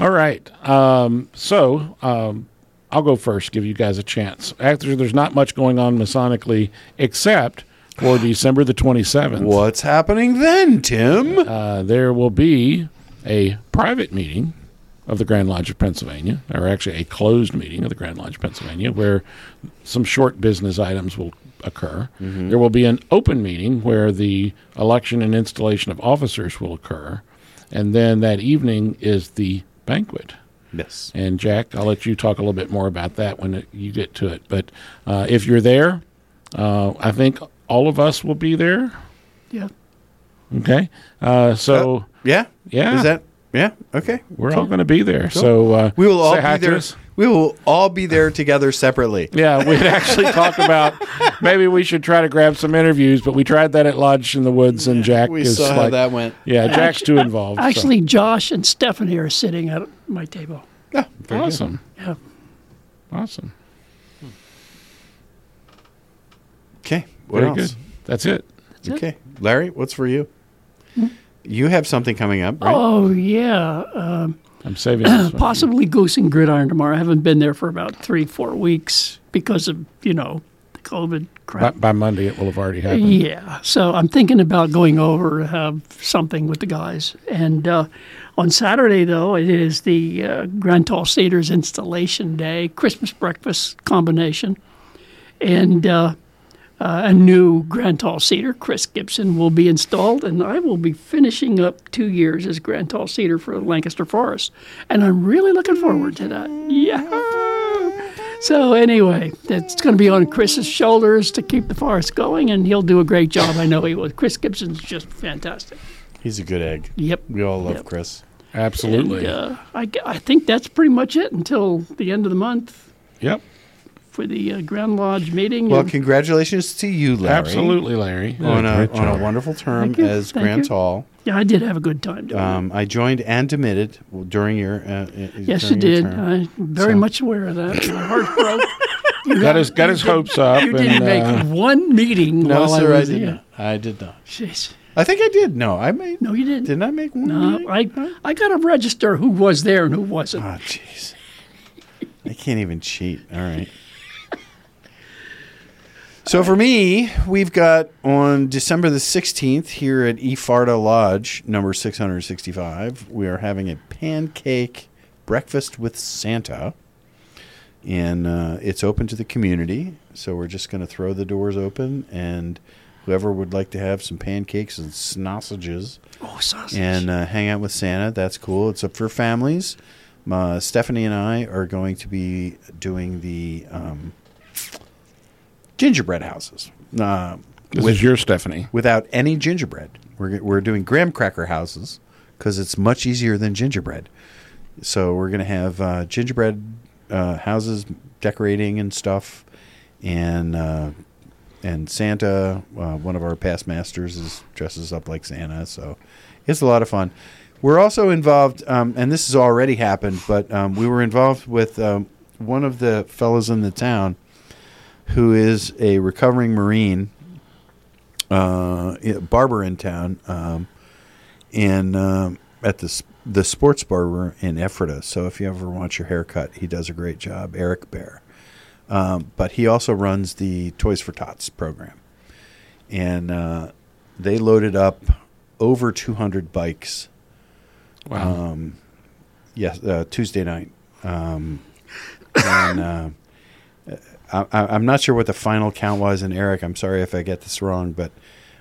All right. Um, so um, I'll go first, give you guys a chance. After there's not much going on masonically except for December the 27th. what's happening then, Tim? Uh, there will be a private meeting of the Grand Lodge of Pennsylvania, or actually a closed meeting of the Grand Lodge of Pennsylvania, where some short business items will occur. There will be an open meeting where the election and installation of officers will occur. And then that evening is the banquet. yes. And Jack, I'll let you talk a little bit more about that when it, you get to it. But uh, if you're there, uh, I think all of us will be there. Yeah. Okay. Uh, so. Yeah. Yeah. Is that yeah? Okay. We're all going to be there. So uh, We will all say hi be to there. us. We will all be there together separately. Yeah, we'd actually talk about maybe we should try to grab some interviews, but we tried that at Lodge in the Woods, and Jack We is saw how like, that went. yeah, Jack's too involved. so. Actually, Josh and Stephanie are sitting at my table. awesome, Yeah. awesome, Okay. What very else? good. That's it. Okay, Larry, what's for you? Hmm? You have something coming up, right? Oh, yeah. I'm saving this one. possibly Goose and Gridiron tomorrow. I haven't been there for about three, four weeks because of you know the COVID By, crap. by Monday, it will have already happened. yeah, so I'm thinking about going over to have something with the guys. And uh, on Saturday, though, it is the uh, Grand Tall Cedars installation day, Christmas breakfast combination, and uh, uh, a new Grand Tall Cedar, Chris Gibson, will be installed, and I will be finishing up two years as Grand Tall Cedar for Lancaster Forest, and I'm really looking forward to that. Yeah. So anyway, that's going to be on Chris's shoulders to keep the forest going, and he'll do a great job. I know he will. Chris Gibson's just fantastic. He's a good egg. Yep. We all love Yep. Chris. Absolutely. And, uh, I, g- I think that's pretty much it until the end of the month Yep. for the uh, Grand Lodge meeting. Well, And- congratulations to you, Larry. Absolutely, Larry. On a, great on a job. wonderful term Thank you, as thank Grand you. Hall. yeah, I did have a good time. Doing Um, I joined and demitted during your. Uh, Yes, you did. I'm very much aware of that. My heart broke. got his got his hopes up. You didn't and, make uh, one meeting No, while sir, I I, was did here. not. I did not. Jeez. I think I did. No, I made. No, you didn't. Didn't I make one? No, I, I got to register who was there and who wasn't. Oh, jeez. I can't even cheat. All right. So for me, we've got on December the 16th here at Efarda Lodge, number 665, we are having a pancake breakfast with Santa. And uh, it's open to the community. So we're just going to throw the doors open. And whoever would like to have some pancakes and sausages oh, sausage. and uh, hang out with Santa. That's cool. It's up for families. Uh, Stephanie and I are going to be doing the um, gingerbread houses uh, this is your Stephanie. without any gingerbread. We're, we're doing graham cracker houses because it's much easier than gingerbread. So we're going to have uh, gingerbread uh, houses, decorating and stuff, and uh, and Santa. Uh, one of our past masters is dresses up like Santa, so it's a lot of fun. We're also involved, um, and this has already happened, but um, we were involved with um, one of the fellows in the town who is a recovering Marine, uh, yeah, barber in town, um, and um, at the s- the sports barber in Ephrata. So if you ever want your hair cut, he does a great job, Eric Bear. Um, but he also runs the Toys for Tots program, and uh, they loaded up over 200 bikes. um, Wow. Yes, uh, Tuesday night. Um, and uh, I, I, I'm not sure what the final count was. And Eric, I'm sorry if I get this wrong, but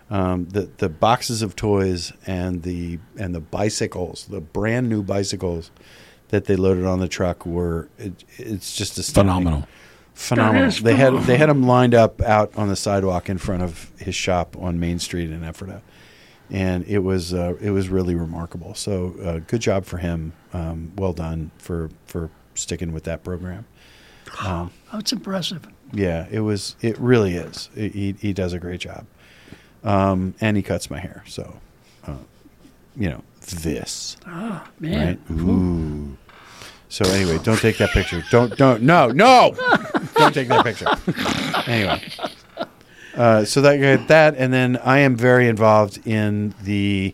um, the the boxes of toys and the and the bicycles, the brand new bicycles that they loaded on the truck were it, it's just astounding. Phenomenal. Phenomenal. That is They had they had them lined up out on the sidewalk in front of his shop on Main Street in Ephrata, and it was uh, it was really remarkable. So uh, good job for him. Um, well done for for sticking with that program. Oh, it's impressive. Yeah, it was. It really is. He- he he does a great job, um, and he cuts my hair. So, uh, you know this, Man. right? Ooh. So anyway, don't take that picture. Don't don't no no, don't take that picture. Anyway, uh, so that that and then I am very involved in the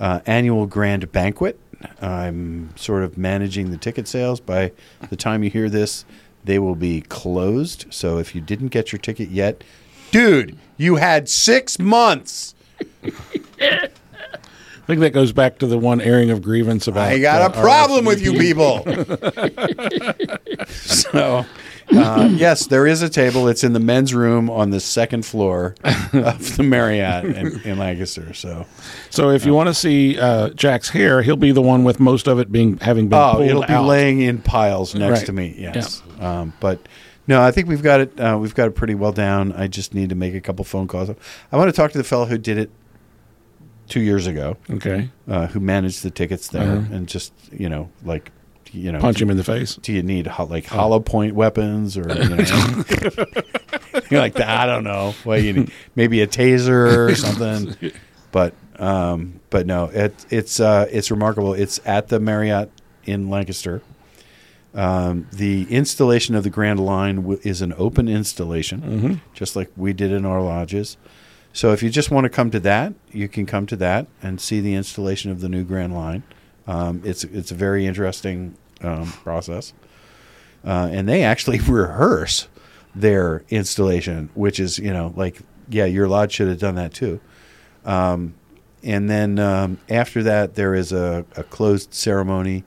uh, annual grand banquet. I'm sort of managing the ticket sales. By the time you hear this, they will be closed. So if you didn't get your ticket yet, dude, you had six months. I think that goes back to the one airing of grievance about. I got uh, a our- problem with you people. so, uh, yes, there is a table. It's in the men's room on the second floor of the Marriott in, in Lancaster. So, So if you want to see uh, Jack's hair, he'll be the one with most of it being having been oh, pulled it'll be out. laying in piles next Right. to me. Yes, um, but no, I think we've got it. Uh, we've got it pretty well down. I just need to make a couple phone calls. I want to talk to the fellow who did it two years ago, Okay, uh, who managed the tickets there, and just you know, like you know, Uh-huh. punch him in the face. do you need ho- like hollow point weapons or you know, you're like I don't know well you need maybe a taser or something but um but no it it's uh it's remarkable it's at the Marriott in Lancaster um, the installation of the Grand Line w- is an open installation just like we did in our lodges so if you just want to come to that you can come to that and see the installation of the new Grand Line um, it's it's a very interesting um, process uh, and they actually rehearse their installation, which is you know like yeah, your lodge should have done that too. Um, and then um, after that, there is a, a closed ceremony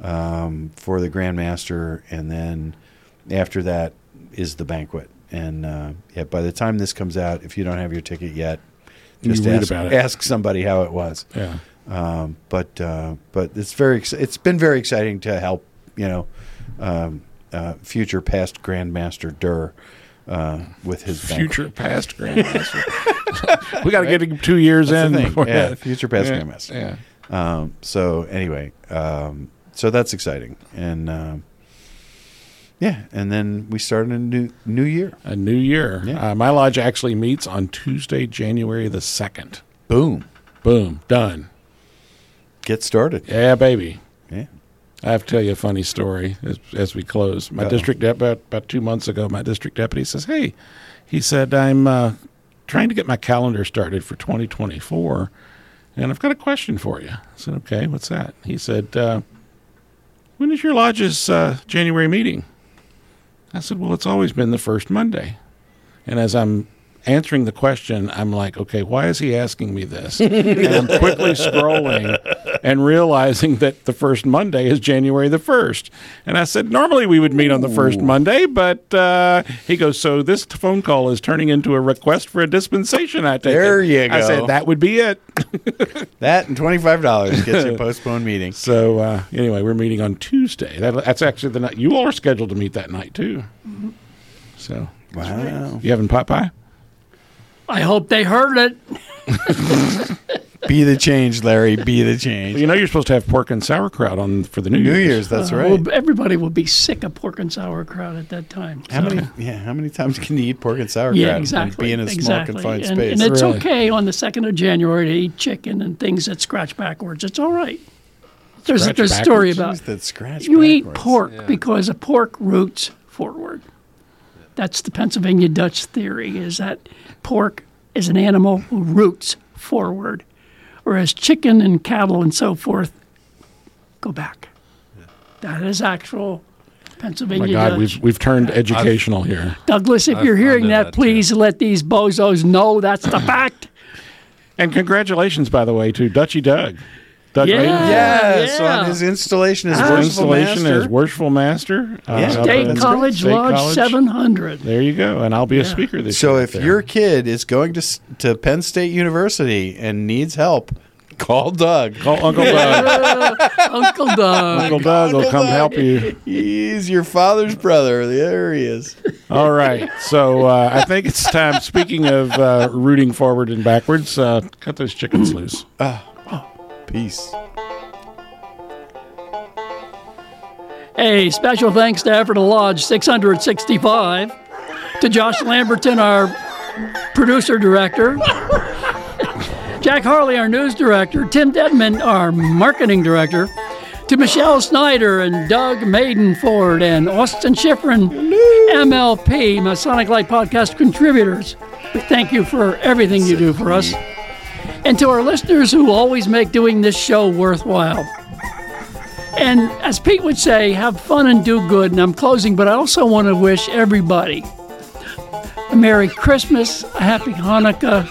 um, for the Grand Master, and then after that is the banquet. And uh, yeah, by the time this comes out, if you don't have your ticket yet, You just read ask, about it. ask somebody how it was Yeah, um, but uh, but it's very ex- it's been very exciting to help you know um, uh, future past Grandmaster Durr uh, with his banquet. future past grandmaster. we got to get him two years That's in. the thing. before Yeah, that. future past yeah. grandmaster. Yeah. Um, so anyway, um, so that's exciting, and um, yeah, and then we started a new new year. a new year. Yeah. Uh, my lodge actually meets on Tuesday, January the second. Boom, Boom, done. get started. Yeah, baby. Yeah. I have to tell you a funny story as, as we close. My district dep about, about two months ago, my district deputy says, "Hey," he said, "I'm uh, trying to get my calendar started for 2024, and I've got a question for you." I said, "Okay, what's that?" He said, uh, "When is your lodge's uh, January meeting?" I said, "Well, it's always been the first Monday." And as I'm answering the question, I'm like, "Okay, why is he asking me this?" and I'm quickly scrolling and realizing that the first Monday is January the first. And I said, "Normally we would meet on the first Monday, but uh, he goes, so this t- phone call is turning into a request for a dispensation." I take it." There you I said go. that would be it. That and twenty five dollars gets you a postponed meeting. So uh, anyway, we're meeting on Tuesday. That, that's actually the night you all are scheduled to meet that night too. Mm-hmm. So Wow. you having pot pie? I hope they heard it. Be the change, Larry. Be the change. You know you're supposed to have pork and sauerkraut on for the New, New Year's, that's Uh, right. well, everybody will be sick of pork and sauerkraut at that time. How so- many? Yeah, how many times can you eat pork and sauerkraut? Yeah, and exactly. Be in a small exactly. confined and, space. and it's Really. okay on the second of January to eat chicken and things that scratch backwards. It's all right. There's Scratch there's a story Jeez, about that scratch. you eat backwards. pork because a pork roots forward. That's the Pennsylvania Dutch theory: is that pork is an animal who roots forward, whereas chicken and cattle and so forth go back. That is actual Oh my Pennsylvania God, Dutch. we've we've turned educational here. Douglas, if I've- you're I hearing know that, that, too. please let these bozos know that's the fact. And congratulations, by the way, to Dutchy Doug. Doug Yeah. Maiden. Yes, Yeah. on his installation as His worshipful installation master. as worshipful master. Yeah. uh, up State in- State College State Lodge College. 700. There you go, and I'll be a speaker this So year. if your kid is going to s- to Penn State University and needs help, call Doug. call Oh, Uncle Doug, Uncle Doug. Uncle Doug will come help you. He's your father's brother. There he is. All right, so uh, I think it's time. Speaking of uh, rooting forward and backwards, uh, cut those chickens loose. Peace. Hey, special thanks to Effort Lodge 665, to Josh Lamberton, our producer director, Jack Harley, our news director, Tim Dedman, our marketing director, to Michelle Snyder and Doug Maidenford and Austin Schifrin, MLP, Masonic Light Podcast contributors. We thank you for everything you do for us. And to our listeners who always make doing this show worthwhile. And as Pete would say, have fun and do good. And I'm closing, but I also want to wish everybody a Merry Christmas, a Happy Hanukkah,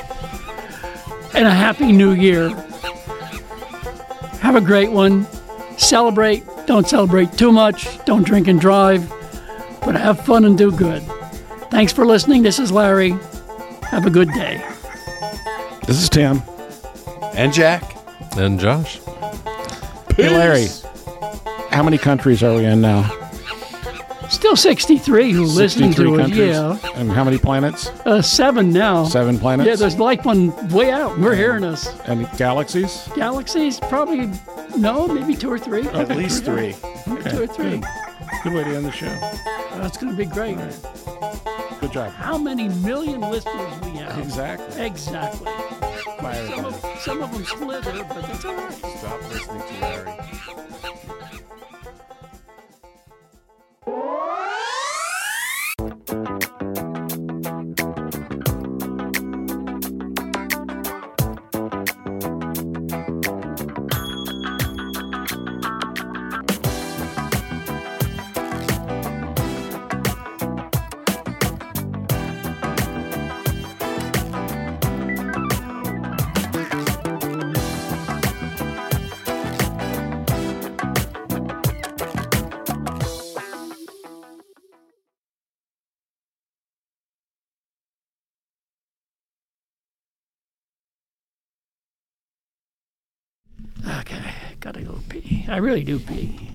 and a Happy New Year. Have a great one. Celebrate. Don't celebrate too much. Don't drink and drive, but have fun and do good. Thanks for listening. This is Larry. Have a good day. This is Tim. And Jack. And Josh. Hey, Larry. How many countries are we in now? Still 63 who listen to it. Yeah. And how many planets? Uh, seven now. Seven planets. Yeah, there's like one way out. We're hearing us. and galaxies. Galaxies, probably no, maybe two or three. At least three. Two or three. Good way to end the show. That's going to be great. Good job. How many million listeners we have? Exactly. Exactly. Bye, Some everybody. of, some of them slither, but that's all right. Stop listening to Larry. Okay, gotta go pee. I really do pee.